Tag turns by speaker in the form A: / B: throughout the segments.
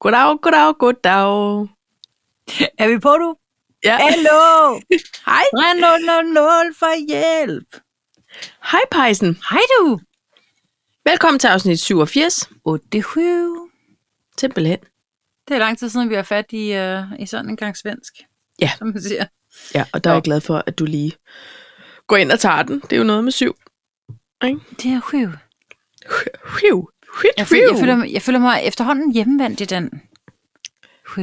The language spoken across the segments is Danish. A: Goddag, goddag, goddag.
B: Er vi på nu?
A: Ja.
B: Hallo!
A: Hej.
B: 300 for hjælp!
A: Hej, Pejsen.
B: Hej du!
A: Velkommen til afsnit 87.
B: 87.
A: Simpelthen.
B: Det er lang tid siden, vi har fat i, uh, i sådan en gang svensk.
A: Ja.
B: Som man siger.
A: Ja, og der er
B: Nå.
A: jeg glad for, at du lige går ind og tager den. Det er jo noget med syv.
B: Det er 7.
A: Hiu. Hvidt,
B: Jeg, føler, jeg,
A: hiu.
B: føler, mig- jeg føler mig efterhånden hjemmevandt i den. 7.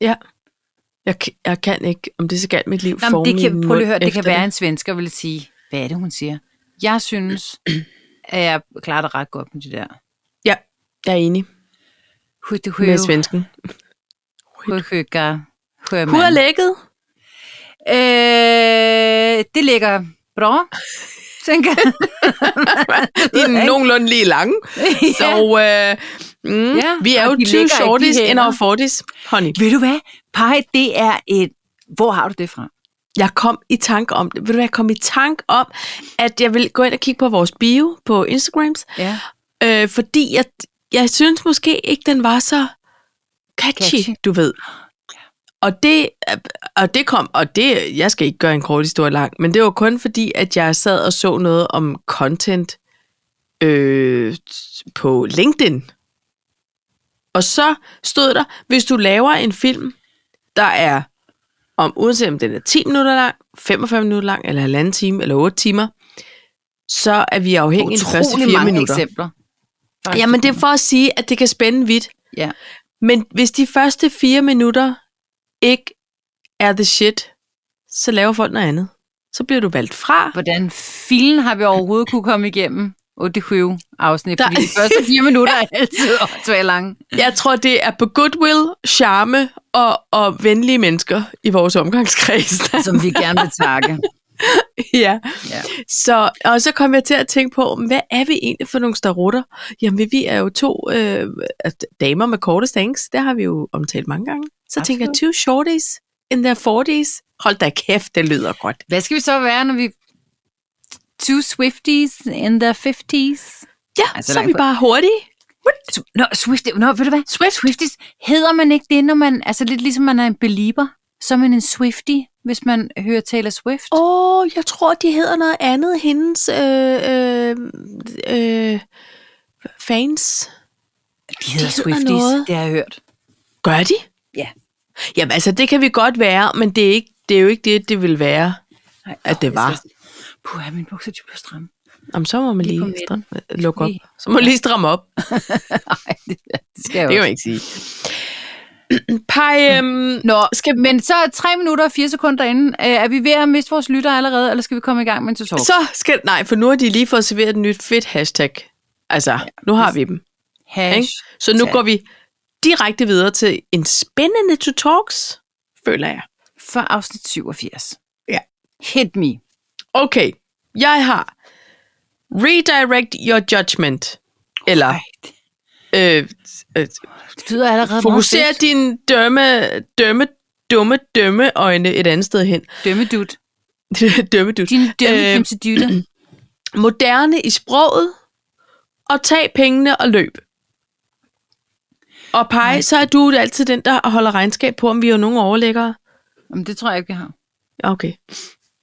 A: Jeg, kan- jeg kan ikke, om det skal mit liv
B: Nå, men det
A: forme
B: kan,
A: min
B: prøv lige
A: mund
B: at høre, det
A: efter
B: kan være en svensker vil sige, hvad er det, hun siger? Jeg synes, at jeg klarer det ret godt med det der.
A: Ja, jeg er enig
B: Hui, det
A: med svensken. Hvor er lækket?
B: Øh, det ligger bra, tænker jeg.
A: De er
B: ikke.
A: nogenlunde lige lange. Så øh, mm,
B: Ja,
A: vi er
B: og
A: jo
B: de ligger
A: too
B: ikke, de
A: shorties in
B: hænger.
A: our 40s. Honey,
B: Ved du hvad? Pej, det er et... Hvor har du det fra?
A: jeg kom i tanke om det. Ved du hvad, jeg kom i tanke om, at jeg vil gå ind og kigge på vores bio på Instagrams,
B: Ja.
A: øh, fordi jeg, jeg synes måske ikke, den var så catchy,
B: Catchy.
A: catchy. du ved. Og det, og det kom, og det, jeg skal ikke gøre en kort historie lang, men det var kun fordi, at jeg sad og så noget om content øh, på LinkedIn. Og så stod der, hvis du laver en film, der er, om uanset om den er 10 minutter lang, 45 minutter lang, eller halvanden time, eller 8 timer, så er vi afhængige af de første 4
B: mange
A: minutter.
B: eksempler. Faktisk.
A: Jamen, det er for at sige, at det kan spænde vidt.
B: Ja.
A: Men hvis de første fire minutter ikke er the shit, så laver folk noget andet. Så bliver du valgt fra.
B: Hvordan filen har vi overhovedet kunne komme igennem? 87 afsnit,
A: Der-
B: fordi de første fire minutter er altid åndssvagt lange.
A: Jeg tror, det er på goodwill, charme og, og venlige mennesker i vores omgangskreds.
B: Som vi gerne vil takke.
A: ja.
B: Ja.
A: Så, og så kom jeg til at tænke på, hvad er vi egentlig for nogle starutter? Jamen, vi- vi er jo to øh, at- damer med korte stængs. Det har vi jo omtalt mange gange. Så tænker jeg, two shorties in their 40s. Hold da kæft, det lyder godt.
B: Hvad skal vi så være, når vi... Two Swifties in their 50s?
A: Ja,
B: Ej, så
A: altså, så er
B: langt
A: vi
B: på-
A: bare hurtige.
B: Sw- Nå, Swifties... Nå, ved du hvad?
A: Swift.
B: Swifties, hedder man ikke det, når man, altså lidt ligesom man er en belieber, så er man en Swifty, hvis man hører Taylor Swift?
A: Åh, oh, jeg tror, de hedder noget andet. Hendes øh, øh, øh, fans.
B: de hedder
A: hedder
B: Swifties,
A: noget.
B: det har jeg hørt.
A: Gør de?
B: Ja.
A: Jamen altså, det kan vi godt være, men det er, ikke, det er jo ikke det, det vil være.
B: Nej,
A: At det var.
B: Puh, er mine bukser de blev stramme.
A: Om så må man lige,
B: Lige på
A: lige
B: midten.
A: stramme, øh, lukke op.
B: Lige.
A: Så må man lige stramme op.
B: Nej, det, det skal
A: Det
B: jeg
A: kan
B: jo.
A: man ikke sige. Pej, øhm,
B: Nå, skal, men så er 3 minutter og 4 sekunder inden. Øh, er vi ved at miste vores lytter allerede, eller skal vi komme i gang med en tutorial?
A: så skal... Nej, for nu har de lige fået serveret et nyt fedt hashtag. Altså, nu har vi dem.
B: Hash.
A: Ikke? Så nu
B: Tag.
A: går vi direkte videre til en spændende to talks, føler jeg.
B: For afsnit 87.
A: Ja.
B: Hit me.
A: Okay, jeg har redirect your judgment, eller
B: Ej, det-
A: øh, øh,
B: det lyder allerede
A: fokuser din dømme, dømme, dumme, dømme øjne et andet sted hen.
B: Dømme dut.
A: dømme du.
B: Din dømme
A: Øh,
B: øh, til dytter.
A: Moderne i sproget, og tag pengene og løb. Og pege, så er du altid den, der holder regnskab på, om vi er nogen overlæggere.
B: Jamen, det tror jeg ikke, vi har.
A: Okay.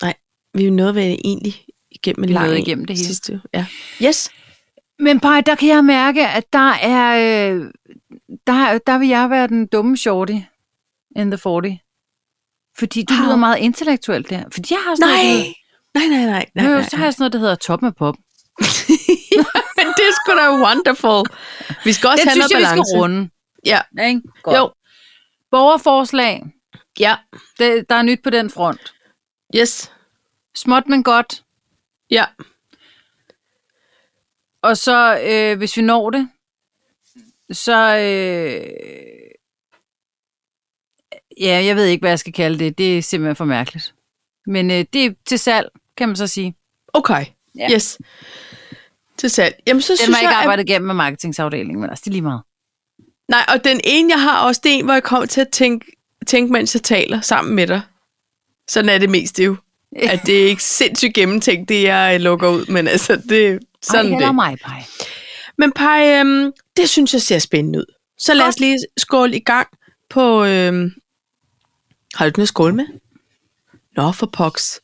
A: Nej, vi er nåede vel egentlig igennem en
B: Vi
A: lang
B: nåede
A: en
B: igennem det hele.
A: Sidste, ja. Yes.
B: Men bare der kan jeg mærke, at der er, øh, der, der vil jeg være den dumme shorty in the 40. Fordi du
A: Au.
B: lyder meget intellektuelt der. Fordi jeg har sådan
A: Nej.
B: noget, der hedder-
A: Nej, nej, nej. nej,
B: Jo, jo,
A: nej,
B: så har jeg sådan noget, der hedder top med pop.
A: Men det er sgu da wonderful. Vi skal også
B: Den
A: have
B: synes jeg,
A: noget
B: vi
A: balance.
B: skal runde.
A: Ja.
B: Ikke? Godt.
A: Jo,
B: Borgerforslag,
A: ja.
B: det, der er nyt på den front.
A: Yes.
B: Småt, men godt.
A: Ja.
B: Og så, øh, hvis vi når det, så... Øh, ja, jeg ved ikke, hvad jeg skal kalde det. Det er simpelthen for mærkeligt. Men øh, det er til salg, kan man så sige.
A: Okay.
B: Ja.
A: Yes. Til salg. Jamen, så
B: Den
A: synes
B: var ikke
A: jeg, at-
B: arbejdet igennem med marketingsafdelingen, men altså, det er lige meget.
A: Nej, og den ene, jeg har også, det er en, hvor jeg kommer til at tænke, tænke, mens jeg taler sammen med dig. Sådan er det mest det jo. At det er ikke sindssygt gennemtænkt, det jeg øh, lukker ud, men altså, det sådan
B: Ej,
A: det.
B: mig, Paj.
A: Men Paj, øhm, det synes jeg ser spændende ud. Så lad os lige skåle i gang på... Øh... Har du ikke noget skål med? Nå, for poks.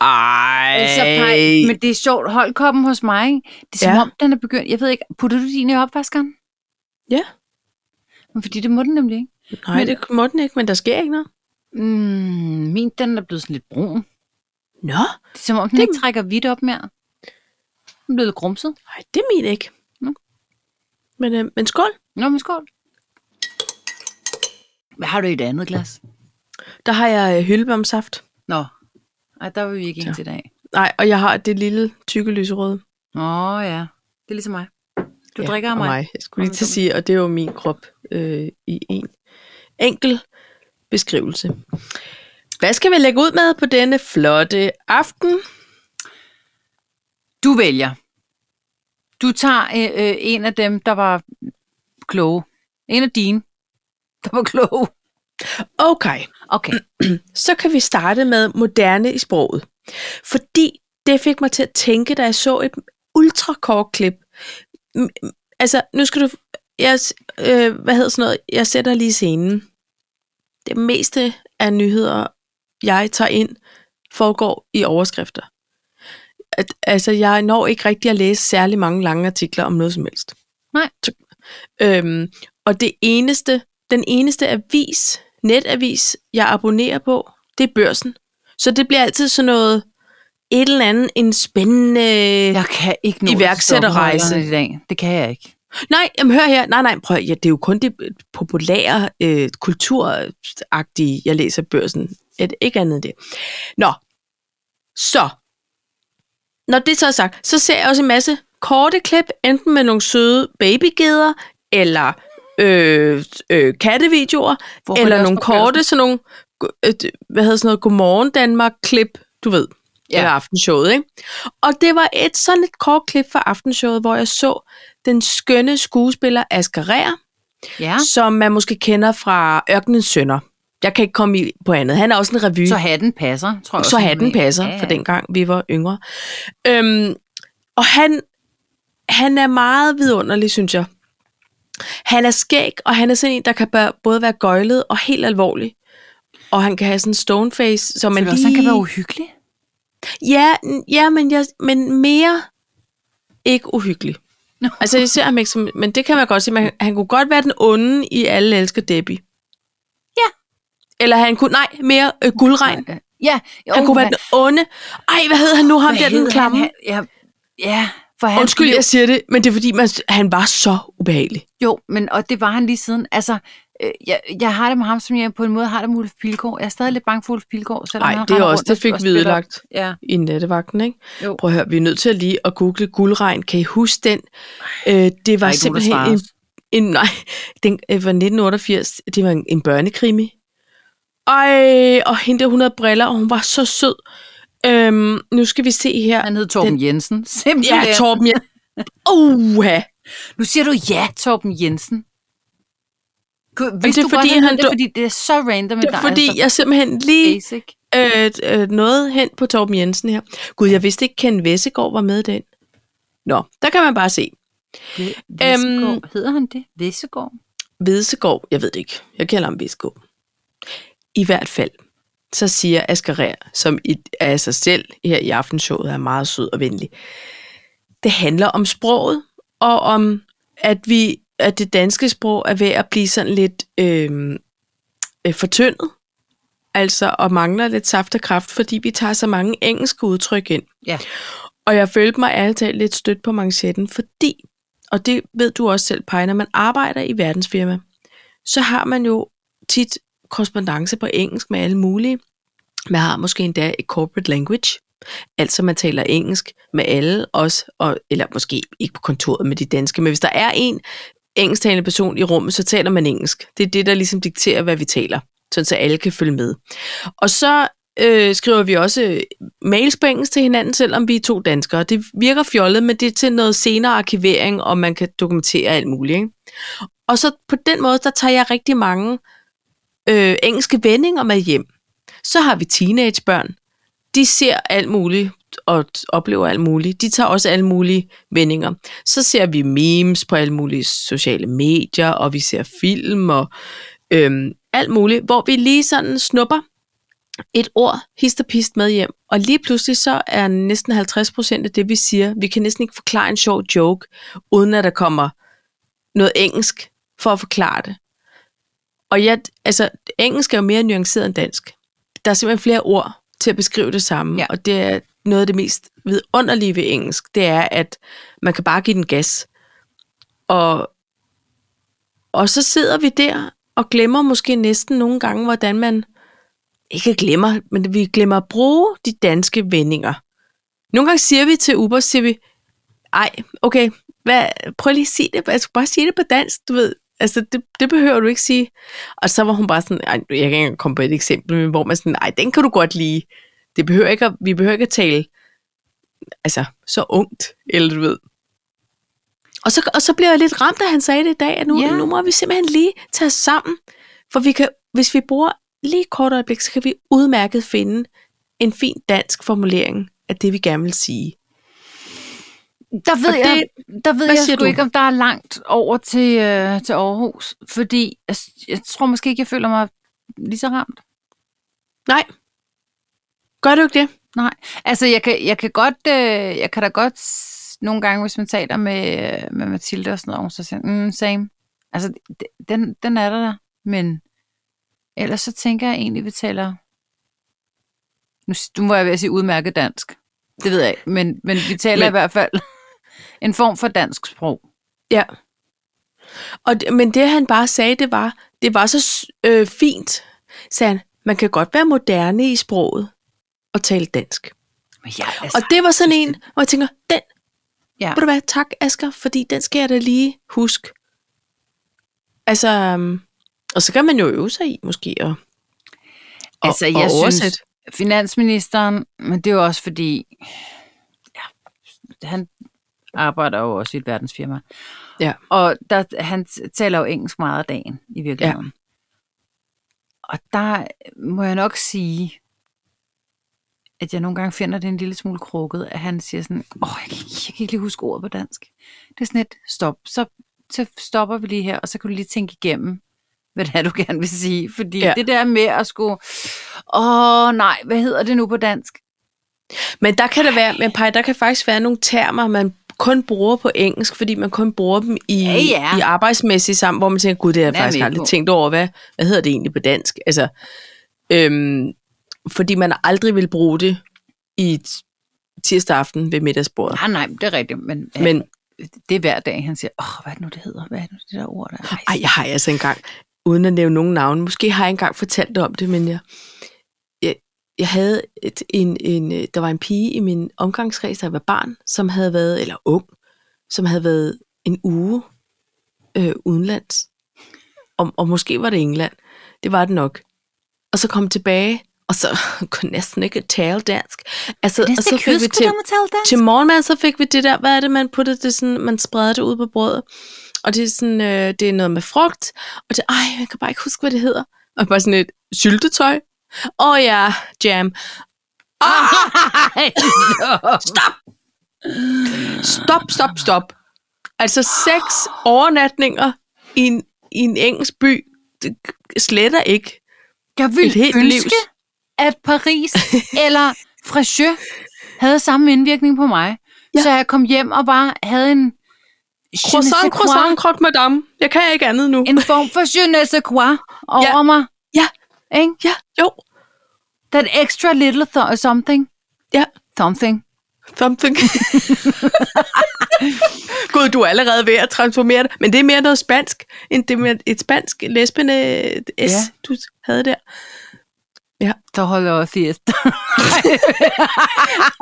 A: Ej.
B: Altså, pej, men det er sjovt. Hold koppen hos mig, ikke? Det er som
A: Ja.
B: om, den er begyndt. Jeg ved ikke, putter du din i opvaskeren?
A: Ja.
B: Men fordi det må den nemlig ikke.
A: Nej,
B: men-
A: men... det må den ikke, men der sker ikke noget.
B: Mm, min, den er blevet sådan lidt brun.
A: Nå,
B: Det er som om, den
A: Det-
B: ikke trækker hvidt op mere. Den er blevet grumset.
A: nej, det er min ikke.
B: Nå.
A: Men, øh, men skål.
B: Nå, men skål. Hvad har du i det andet glas?
A: Der har jeg øh, hyldebomsaft.
B: Nå, Ej, der var vi ikke
A: Ja.
B: ind til i dag.
A: Nej, og jeg har det lille tykke lyserøde.
B: Åh ja, det er ligesom mig. Du ja, drikker af
A: og
B: mig.
A: mig. Jeg skulle lige
B: Om
A: til at
B: dumt.
A: sige, og det er jo min krop øh, i en enkel beskrivelse. Hvad skal vi lægge ud med på denne flotte aften?
B: Du vælger. Du tager øh, øh, en af dem, der var kloge. En af dine, der var kloge.
A: Okay,
B: Okay.
A: så kan vi starte med moderne i sproget. Fordi det fik mig til at tænke, da jeg så et ultrakort klip. M- m- altså, nu skal du... Jeg, s- øh, hvad hedder sådan noget? Jeg sætter lige scenen. Det meste af nyheder, jeg tager ind, foregår i overskrifter. At, altså, jeg når ikke rigtig at læse særlig mange lange artikler om noget som helst.
B: Nej.
A: Så- Øhm, og det eneste, den eneste avis, netavis, jeg abonnerer på, det er børsen. Så det bliver altid sådan noget, et eller andet, en spændende... Ja.
B: Jeg kan ikke nå at
A: Iværksætterrejse.
B: stoppe højderne i dag. Det kan jeg ikke.
A: Nej, jamen hør her, nej, nej, prøv, at- ja, det er jo kun det øh, populære, øh, kulturagtige, jeg læser i børsen. Et, ikke andet end det. Nå, så. Når det så er sagt, så ser jeg også en masse korte klip, enten med nogle søde babygeder, eller øh, øh, kattevideoer,
B: Hvorfor er det
A: eller
B: også
A: nogle
B: på børsen?
A: korte, sådan nogle, go- øh, hvad hedder sådan noget, Godmorgen Danmark-klip, du ved,
B: Ja.
A: ja. eller aftenshowet, ikke? Og det var et sådan et kort klip fra aftenshowet, hvor jeg så den skønne skuespiller Asger Rær,
B: Ja.
A: som man måske kender fra Ørkenens Sønder. Jeg kan ikke komme i på andet. Han er også en revy.
B: Så hatten passer, tror jeg.
A: Så
B: også,
A: hatten
B: hun er.
A: passer,
B: Ja, ja.
A: for dengang vi var yngre. Øhm, og han, han er meget vidunderlig, synes jeg. Han er skæg, og han er sådan en, der kan bør- både være gøjlet og helt alvorlig. Og han kan have sådan en stone face, som man
B: Men
A: lige...
B: også, han kan være uhyggelig.
A: Ja, n- ja men, jeg, men mere ikke uhyggelig.
B: Nå.
A: Altså, jeg ser ham ikke som... Men det kan man godt se. Man, han kunne godt være den onde i Alle elsker Debbie.
B: Ja.
A: Eller han kunne... Nej, mere øh, guldregn.
B: Ja, jo,
A: Han kunne være
B: hvad-
A: den onde. Ej, hvad hed han nu? Ham
B: hvad
A: der,
B: hedder
A: den klamme.
B: han? Ja, ja, for han
A: Undskyld,
B: blev-
A: jeg siger det, men det er fordi, man, han var så ubehagelig.
B: Jo, men og det var han lige siden. Altså, øh, jeg, jeg har det med ham, som jeg på en måde har det med Ulf Pilgaard. Jeg er stadig lidt bange for Ulf Pilgaard, selvom
A: Nej,
B: han
A: det er
B: render
A: også,
B: rundt
A: det
B: og-
A: fik
B: og
A: vi
B: spiller-
A: ødelagt
B: Ja,
A: i nattevagten, ikke?
B: jo.
A: Prøv at høre, vi er nødt til at lige at google guldregn. Kan I huske den? Øh, det var
B: Der er ikke nogen, der
A: simpelthen
B: svarer
A: en,
B: os.
A: en, nej, den øh, var 1988. Det var en, en børnekrimi. Ej, og hende der, hun havde briller, og hun var så sød. Øhm, nu skal vi se her.
B: Han hed Torben Jensen. Simpelthen.
A: Ja, Torben. Ja. Uha.
B: Nu siger du ja, Torben Jensen. Kunne- Vidste
A: det er
B: du
A: fordi,
B: godt, hed
A: han
B: det,
A: dø-
B: fordi det er så random, at
A: Det
B: der
A: er fordi,
B: er altså
A: jeg simpelthen
B: så
A: lige
B: basic.
A: øh, øh, noget hen på Torben Jensen her. Gud, jeg vidste ikke, Ken Vessegaard var med i den. Nå, der kan man bare se. Øhm,
B: Vissegård. Hedder han det? Vissegård?
A: Vedsegaard, jeg ved det ikke, jeg kalder ham Vedsegaard. I hvert fald, så siger Asger Rær, som i, af sig selv her i aftenshowet er meget sød og venlig. Det handler om sproget, og om, at, vi, at det danske sprog er ved at blive sådan lidt øh, øh, fortyndet, altså og mangler lidt saft og kraft, fordi vi tager så mange engelske udtryk ind.
B: Ja.
A: Og jeg følte mig ærligt talt lidt stødt på manchetten, fordi, og det ved du også selv, Paj, når man arbejder i verdensfirma, så har man jo tit korrespondence på engelsk med alle mulige. Man har måske endda et corporate language, altså man taler engelsk med alle også, og, eller måske ikke på kontoret med de danske, men hvis der er en engelsktalende person i rummet, så taler man engelsk. Det er det, der ligesom dikterer, hvad vi taler, sådan så alle kan følge med. Og så øh, skriver vi også øh, mails på engelsk til hinanden, selvom vi er to danskere. Det virker fjollet, men det er til noget senere arkivering, og man kan dokumentere alt muligt. Ikke? Og så på den måde, der tager jeg rigtig mange øh, engelske vendinger med hjem. Så har vi teenagebørn, de ser alt muligt og t- oplever alt muligt. De tager også alle mulige vendinger. Så ser vi memes på alle mulige sociale medier, og vi ser film og øhm, alt muligt, hvor vi lige sådan snupper et ord histerpist med hjem, og lige pludselig så er næsten 50 procent af det, vi siger, vi kan næsten ikke forklare en sjov joke, uden at der kommer noget engelsk for at forklare det. Og jeg, altså, engelsk er jo mere nuanceret end dansk. Der er simpelthen flere ord til at beskrive det samme,
B: Ja.
A: ja. og det er noget af det mest vidunderlige ved engelsk, det er, at man kan bare give den gas. Og, og så sidder vi der og glemmer måske næsten nogle gange, hvordan man ikke glemmer, men vi glemmer at bruge de danske vendinger. Nogle gange siger vi til Uber, siger vi, ej, okay, hvad, prøv lige at sige det, altså bare sige det på dansk, du ved. Altså, det, det behøver du ikke sige. Og så var hun bare sådan, ej, jeg kan ikke engang komme på et eksempel, men hvor man sådan, ej, den kan du godt lide. Det behøver ikke at, vi behøver ikke at tale altså, så ungt, eller du ved. Og så, og så blev jeg lidt ramt, da han sagde det i dag, at nu,
B: Ja.
A: yeah. nu må vi simpelthen lige tage os sammen. For vi kan, hvis vi bruger lige et kort øjeblik, så kan vi udmærket finde en fin dansk formulering af det, vi gerne vil sige.
B: Der ved
A: Og
B: jeg, der ved
A: hvad
B: jeg
A: siger
B: sgu
A: du?
B: ikke, om der er langt over til, øh, til Aarhus, fordi jeg, jeg tror måske ikke, jeg føler mig lige så ramt.
A: Nej. Gør du ikke det?
B: Nej, altså jeg kan, jeg kan godt, øh, jeg kan da godt s- nogle gange, hvis man taler med, øh, med Mathilde og sådan noget, og hun så siger, mm, same. Altså, d- den, den er der, der. men ellers så tænker jeg egentlig, vi taler, nu, s- nu må jeg ved at sige udmærket dansk, det ved jeg ikke, men, men vi taler men...
A: Men-
B: i hvert fald en form for dansk sprog.
A: Ja. Og, det- men det han bare sagde, det var, det var så s- øh, fint, sagde han, man kan godt være moderne i sproget og tale dansk.
B: Men ja, altså,
A: Og det var sådan en, hvor jeg tænker, den,
B: ja.
A: ved du hvad, tak Asger, fordi den skal jeg da lige huske. Altså, øhm, og så kan man jo øve sig i måske at, og,
B: Altså, jeg
A: og
B: synes-
A: oversætte.
B: finansministeren, men det er jo også fordi, ja, han arbejder jo også i et verdensfirma.
A: Ja.
B: Og der, han t- taler jo engelsk meget af dagen, i virkeligheden. Ja. Og der må jeg nok sige, at jeg nogle gange finder det en lille smule krukket, at han siger sådan, åh, jeg kan, ikke- jeg kan ikke lige huske ordet på dansk. Det er sådan et stop. Så, så stopper vi lige her, og så kan du lige tænke igennem, hvad det er, du gerne vil sige. Fordi ja.
A: Ja.
B: det der med at skulle, åh nej, hvad hedder det nu på dansk?
A: Men der kan der være, men Paj, der kan faktisk være nogle termer, man kun bruger på engelsk, fordi man kun bruger dem i,
B: Ja, ja.
A: i arbejdsmæssigt sammen, hvor man tænker, gud, det har jeg
B: Den er
A: faktisk
B: med
A: aldrig
B: på.
A: tænkt over, hvad, hvad hedder det egentlig på dansk? Altså, øhm, fordi man aldrig vil bruge det i t- tirsdag aften ved middagsbordet.
B: Ah, Nej, nej, det er rigtigt, men, men
A: Men
B: det er hver dag, han siger, åh, hvad er det nu, det hedder? Hvad er det nu, det der ord der? er?"
A: ej, jeg har altså engang, uden at nævne nogen navne, måske har jeg engang fortalt om det, men jeg, jeg, jeg havde et, en, en, øh, der var en pige i min omgangskreds, der var barn, som havde været, eller ung, som havde været en uge øh, udenlands. Og, og måske var det England. Det var det nok. Og så kom tilbage, og så kunne næsten ikke tale dansk. Altså, og så fik vi til, til morgenmad, så fik vi det der, hvad er det, man puttede det sådan, man spredte det ud på brødet. Og det er sådan, øh, det er noget med frugt, og det, ej, jeg kan bare ikke huske, hvad det hedder. Og bare sådan et syltetøj. Åh oh ja, jam. Stop! Stop, stop, stop. Altså seks overnatninger i en, i en engelsk by, det sletter ikke.
B: Jeg
A: Et helt
B: ville ønske,
A: livs.
B: at Paris eller Fréjeux havde samme indvirkning på mig. Ja.
A: Ja.
B: Så jeg kom hjem og bare havde en... je ne sais
A: Croissant,
B: quoi,
A: croissant, croque madame. Jeg kan ikke andet nu.
B: En form for je ne sais quoi over ja. mig.
A: Ja.
B: Ikke?
A: Ja, jo.
B: That extra little th- something.
A: Ja.
B: Something.
A: Something. Gud, du er allerede ved at transformere det. Men det er mere noget spansk, end det er mere et spansk lesbende S,
B: Ja.
A: ja. du havde der.
B: Så holder jeg fiesta.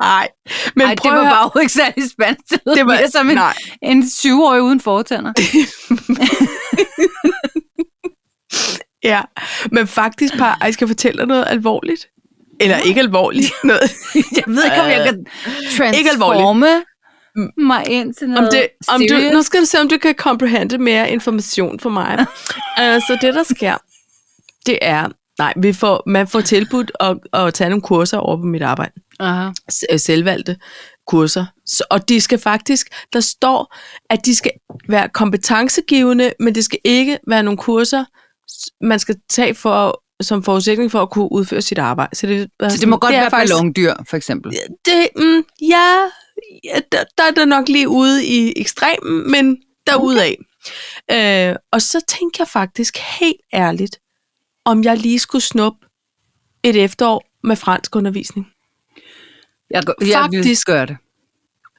A: Nej, men
B: Ej, det
A: prøv
B: var
A: at høre.
B: bare jo ikke særlig spændt. Det, det var mere som en,
A: nej.
B: en syvårig uden fortænder.
A: Ja, men faktisk, par, jeg skal fortælle dig noget alvorligt. Eller ikke alvorligt. Noget. Øh,
B: Jeg ved ikke, om jeg kan
A: ikke alvorligt.
B: transforme mig ind til
A: Om
B: noget
A: det, om du,
B: serious.
A: nu skal du se, om du kan Øh, comprehende mere information for mig. altså, det der sker, det er, Nej, vi får, man får tilbudt at, at tage nogle kurser over på mit arbejde.
B: Aha.
A: S- øh, Selvvalgte kurser. Så, og de skal faktisk, der står, at de skal være kompetencegivende, men det skal ikke være nogle kurser, s- man skal tage for, som forudsætning for at kunne udføre sit arbejde. Så det,
B: Så Altså, det må godt være faktisk... ballondyr, for eksempel.
A: det, mm, ja, ja der, der er det nok lige ude i ekstremen, men derudaf. Okay. Øh, og så tænker jeg faktisk helt ærligt, om jeg lige skulle snuppe et efterår med fransk undervisning.
B: Jeg, går- jeg
A: Faktisk.
B: vil gøre det.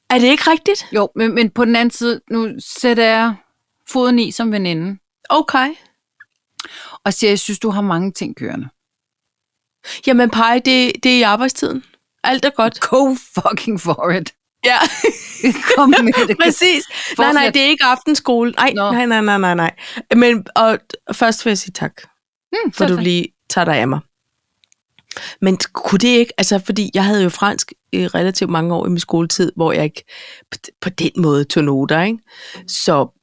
A: Er det ikke rigtigt?
B: Jo, men, men på den anden side, nu sætter jeg foden i som veninde,
A: Okay.
B: og siger, jeg synes, du har mange ting kørende.
A: Jamen, pege, det, det er i arbejdstiden. Alt er godt.
B: Go fucking for it.
A: Ja,
B: Kom med det.
A: præcis. Nej, nej,
B: Fortsæt.
A: det er ikke aftenskole. Nej,
B: Nå.
A: nej, nej, nej, nej, nej. Men og, først vil jeg sige tak.
B: Mm,
A: for
B: selv
A: du
B: tak.
A: lige tager dig af mig. Men kunne det ikke, altså fordi jeg havde jo fransk i relativt mange år i min skoletid, hvor jeg ikke p- på den måde tog noter, ikke? Så,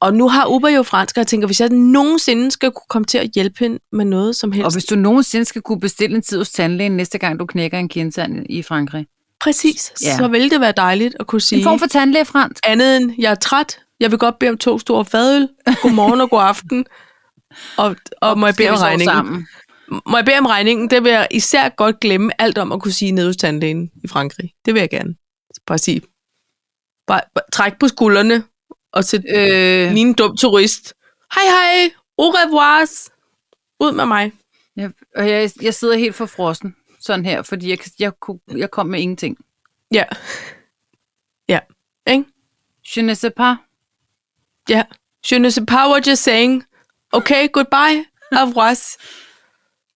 A: og nu har Uber jo fransk, og jeg tænker, hvis jeg nogensinde skal kunne komme til at hjælpe hende med noget som helst.
B: Og hvis du nogensinde skal kunne bestille en tid hos tandlægen, næste gang du knækker en kindtand i Frankrig.
A: præcis,
B: Ja.
A: ja. så ville det være dejligt at kunne sige
B: En form for tandlæge fransk.
A: andet end, jeg er træt, jeg vil godt bede om to store fadøl, godmorgen og god aften, og, og, og må jeg bede
B: Skal
A: om
B: vi sove
A: regningen.
B: Sammen.
A: Må jeg bede om regningen? Det vil jeg især godt glemme alt om at kunne sige nede hos tandlægen i Frankrig. Det vil jeg gerne. Bare sige. Bare, bare træk på skuldrene og sæt øh.
B: Øh,
A: min dum turist. Hej hej, au revoir. Ud med mig.
B: jeg, og jeg, jeg sidder helt for frossen, sådan her, fordi jeg, kan- jeg, kunne, jeg kom med ingenting.
A: Ja. Ja. Ikke?
B: Je ne sais pas.
A: Ja. Je ne sais pas what you're saying. Okay, goodbye. Au revoir.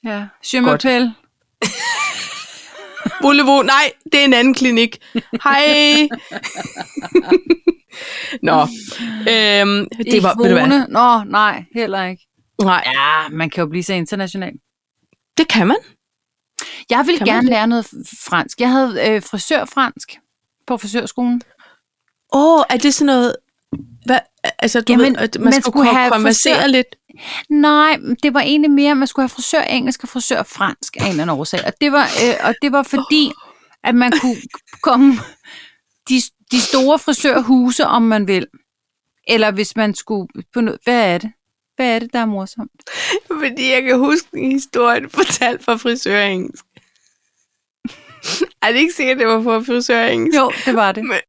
B: Ja. Je m'appelle.
A: Boulevard. Nej, det er en anden klinik. Hej. Nå. Øhm, det var, ved du hvad?
B: Ivone. Nå, nej, heller ikke.
A: Nej,
B: Ja, man kan jo blive så international.
A: det kan man.
B: Jeg vil
A: Kan man
B: gerne
A: det?
B: lære noget f- fransk. Jeg havde øh, frisørfransk på frisørskolen.
A: Åh, oh, er det sådan noget... Hvad, altså, du
B: Jamen,
A: Jamen, ved, at man,
B: man
A: man skulle
B: skulle
A: kunne
B: have
A: konversere
B: forsøgt-
A: lidt.
B: Nej, det var egentlig mere, at man skulle have frisør engelsk og frisør fransk af en eller anden årsag. Og det var, øh, og det var fordi, at man kunne komme de, de store frisørhuse, om man vil. Eller hvis man skulle på noget. Hvad er det? Hvad er det, der er morsomt?
A: Fordi jeg kan huske en historie, du fortalte fra frisørengelsk. er det ikke sikkert, det var fra frisørengelsk?
B: Jo, det var det.
A: Men-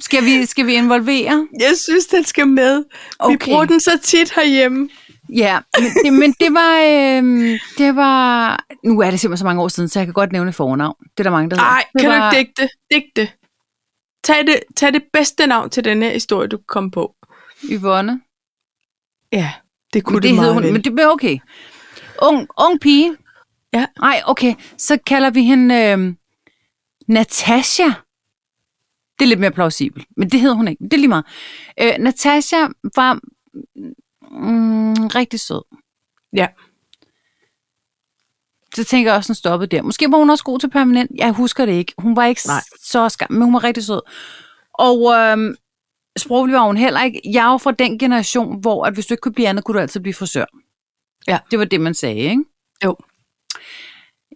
B: Skal vi, skal vi involvere?
A: Jeg synes, den skal med. Okay. Vi
B: Okay.
A: bruger den så tit herhjemme.
B: Ja, men det, men det var, øh, det var, nu er det simpelthen så mange år siden, så jeg kan godt nævne fornavn. Det er der mange, der hedder.
A: Nej,
B: det
A: kan
B: var,
A: du ikke digte? Digte. Tag det, tag det bedste navn til den her historie, du kan komme på.
B: Yvonne.
A: Ja, det kunne
B: Men
A: det, det
B: det hed
A: meget
B: hun,
A: vel.
B: men det men okay. Ung, ung pige.
A: Ja.
B: Nej, okay. Så kalder vi hende øh, Natasha. Det er lidt mere plausibelt, men det hed hun ikke. Det er lige meget. Øh, Natasha var mm, rigtig sød.
A: Ja.
B: Så tænker jeg også, hun stoppede der. Måske var hun også god til permanent. Jeg husker det ikke. Hun var ikke
A: Nej.
B: Nej. så skam, men hun var rigtig sød. Og øh, sproglig var hun heller ikke. Jeg er jo fra den generation, hvor at hvis du ikke kunne blive andet, kunne du altid blive frisør.
A: Ja.
B: Det var det, man sagde, ikke?
A: Jo.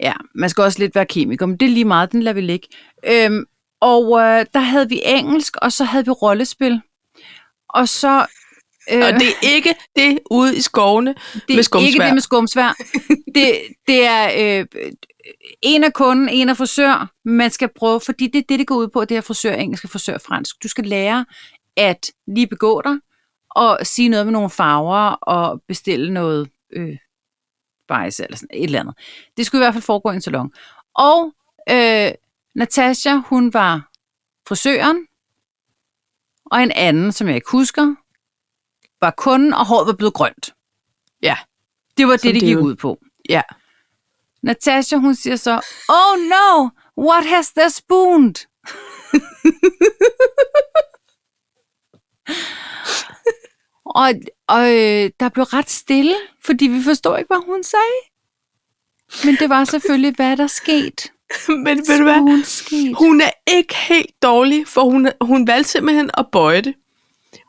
B: Ja, man skal også lidt være kemiker, men det er lige meget, den lader vi ligge. Øhm, og øh, der havde vi engelsk, og så havde vi rollespil. Og så... Øh,
A: Og det er ikke det ude i skovene med
B: det er ikke
A: skumsvær.
B: det med skumsvær. det, det er øh, en af kunden, en af frisør. Man skal prøve, fordi det er det, det går ud på, det her frisør engelsk og frisør fransk. Du skal lære at lige begå dig, og sige noget med nogle farver, og bestille noget øh, bajs eller sådan et eller andet. Det skulle i hvert fald foregå i en salon. Og øh, Natasha, hun var frisøren, og en anden, som jeg ikke husker, var kunden, og håret var blevet grønt.
A: Ja.
B: Det var
A: Som
B: det, det
A: det
B: gik
A: jo-
B: ud på.
A: Ja.
B: Natasha, hun siger så, Oh no, what has the spooned? og, og øh, der blev ret stille, fordi vi forstod ikke, hvad hun sagde. Men det var selvfølgelig, hvad er der skete.
A: Men ved du hvad?
B: Spooned skete.
A: Hun er ikke helt dårlig, for hun, hun valgte simpelthen at bøje det.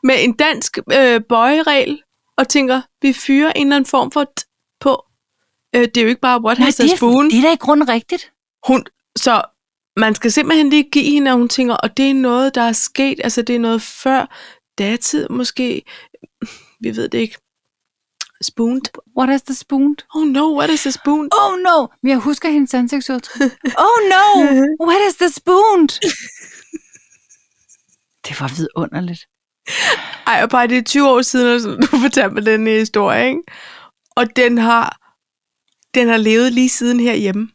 A: Med en dansk øh, bøjeregel, og tænker, vi fyrer en eller anden form for t- på. Øh, det er jo ikke bare what
B: Nej,
A: has a
B: det,
A: spoon.
B: er, det er da i grunden rigtigt.
A: Hun, så man skal simpelthen lige give hende, at hun tænker, og det er noget, der er sket, altså det er noget før datid måske, vi ved det ikke. Spooned.
B: What is the spoon?
A: Oh no, what is a spoon?
B: Oh no! Men jeg husker hendes ansigtsudtryk. Oh no!
A: Mhm.
B: What is the spoon? Det var vidunderligt.
A: Ej, og bare det er 20 år siden, altså, du fortalte mig den her historie, ikke? Og den har, den har levet lige siden herhjemme.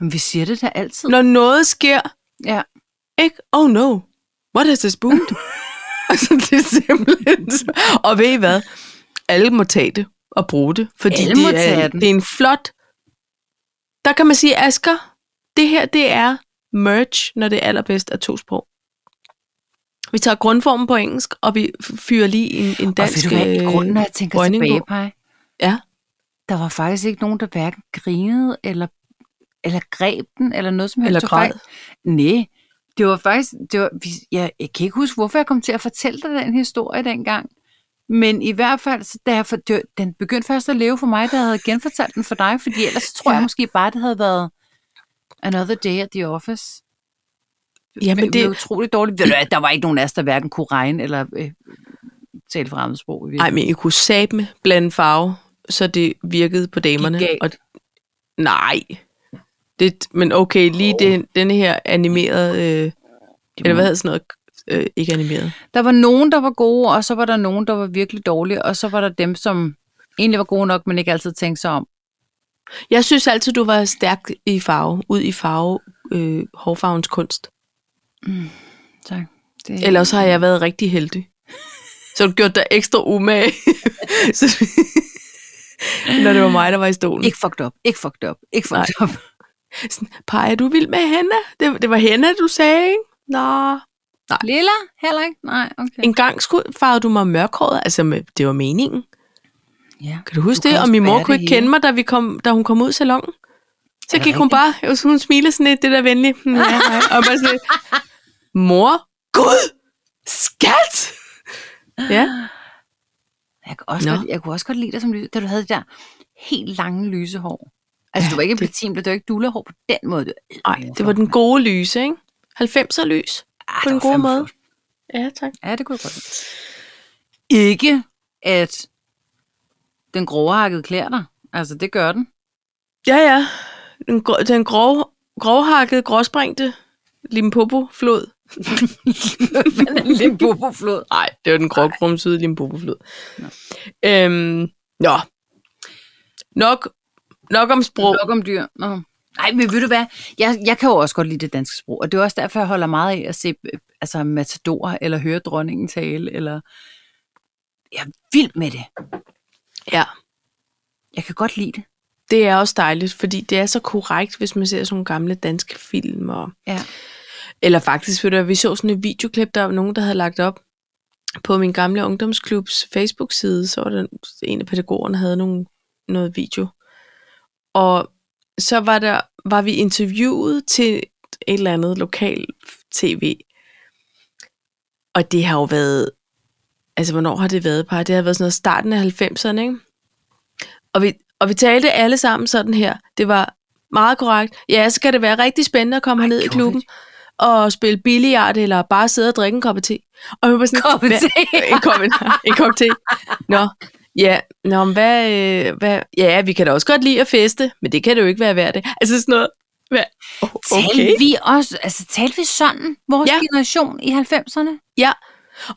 B: Men vi siger det da altid.
A: Når noget sker,
B: Ja.
A: ikke? Oh no, what is a spoon? altså, det er simpelthen så- Og ved I hvad? Alle må tage det og bruge det, fordi
B: Alle må
A: det, er,
B: tage den.
A: det er en flot... Der kan man sige, Asker, det her, det er merch, når det er allerbedst af to sprog. Vi tager grundformen på engelsk, og vi f- fyrer lige en, en
B: Dansk,
A: dansk...
B: og ved du hvad, i
A: øh,
B: grunden, når jeg tænker
A: bøjning
B: tilbage,
A: på.
B: Paj,
A: Ja.
B: der var faktisk ikke nogen, der hverken grinede, eller, eller greb den, eller noget som helst.
A: Eller
B: Det var
A: græd.
B: faktisk- Nej, det var faktisk, det var, vi- jeg, jeg kan ikke huske, hvorfor jeg kom til at fortælle dig den historie dengang. Men i hvert fald, så da jeg for, det var, den begyndte først at leve for mig, da jeg havde genfortalt den for dig, fordi ellers så tror ja.
A: Ja.
B: jeg måske bare, det havde været another day at the office.
A: Jamen,
B: det er
A: det,
B: utroligt dårligt. Ved du hvad, Der var ikke nogen af os, der hverken kunne regne eller øh, tale fremmedsprog.
A: Ej, men I kunne sabe med blande farve, så det virkede på damerne.
B: galt.
A: Og, nej. Det, men okay, lige oh. den, denne her animerede, øh, eller hvad hedder sådan noget, øh, ikke animeret.
B: Der var nogen, der var gode, og så var der nogen, der var virkelig dårlige, og så var der dem, som egentlig var gode nok, men ikke altid tænkte sig om.
A: Jeg synes altid, du var stærk i farve, ud i farve, øh, hårfarvens kunst.
B: Tak. Det,
A: Ellers har jeg været rigtig heldig. Så har du gjort dig ekstra umage. så, når det var mig, der var i stolen.
B: Ikke fucked up, ikke fucked up, ikke fucked Nej. up.
A: Sådan, Paj, er du vild med Henna? Det, det var Henna, du sagde, ikke? Nå,
B: Lilla? Heller ikke? Nej, okay.
A: En gang skulle, farvede du mig mørkhåret, altså med, det var meningen.
B: Ja.
A: Kan du huske
B: Du
A: du
B: kan
A: det? Og
B: også
A: min mor
B: bære
A: kunne
B: det
A: ikke kende
B: hele.
A: mig, da, vi kom, da hun kom ud af salongen. Så
B: Er det
A: gik hun bare, og hun smiler sådan lidt, det der venlige. "Hmm, Ja, hej." og bare sådan lidt, mor, gud, skat! Ja,
B: Jeg, kan også
A: Nå.
B: godt, jeg kunne også godt lide dig som lyse, da du havde det der helt lange lyse hår. Altså, ja, du var ikke en
A: det-
B: platin, det var ikke dullerhår på den måde. Det var
A: nej, det var den gode lyse, ikke? 90'er lys,
B: Ah,
A: på
B: det
A: den
B: var
A: gode
B: fandme
A: måde.
B: flot.
A: Ja, tak.
B: Ja, det kunne jeg godt lide. Ikke, at den gråhakkede klæder dig. Altså, det gør den.
A: Ja, ja. Den, gro- den grov, grovhakkede, gråsprængte Limpopo-flod.
B: Hvad er Limbobo-flod?
A: Nej, det var den gråkrumsede limboboflod. Nå. Øhm, nå. Nok, nok om sprog.
B: Nok om dyr. Nå. Nej, men ved du hvad? Jeg, jeg kan jo også godt lide det danske sprog, og det er også derfor, jeg holder meget af at se øh, altså, matadorer, eller høre dronningen tale, eller... Jeg er vild med det.
A: Ja,
B: Jeg kan godt lide det.
A: det er også dejligt, fordi det er så korrekt, hvis man ser sådan nogle gamle danske film. Og,
B: Ja.
A: eller faktisk, ved du, hvad, vi så sådan et videoklip, der var nogen, der havde lagt op på min gamle ungdomsklubs Facebook-side, så var der en af pædagogerne, havde nogle, noget video. Og så var, der, var vi interviewet til et eller andet lokal tv. Og det har jo været... Altså, hvornår har det været, par? Det har været sådan noget starten af 90'erne, ikke? Og vi, og vi talte alle sammen sådan her. Det var meget korrekt. Ja, så kan det være rigtig spændende at komme
B: Ej,
A: herned i
B: gjorde
A: klubben og spille billiard, eller bare sidde og drikke en kop af te. Og vi var sådan,
B: Kom
A: hvad-
B: til.
A: en kop, en, en kop te. Nå, ja, nå, men hvad, øh, hvad, ja, vi kan da også godt lide at feste, men det kan det jo ikke være hver dag. Altså sådan noget, hvad, okay.
B: Talte vi også, altså talte vi sådan, vores
A: Ja.
B: ja. generation i 90'erne?
A: Ja,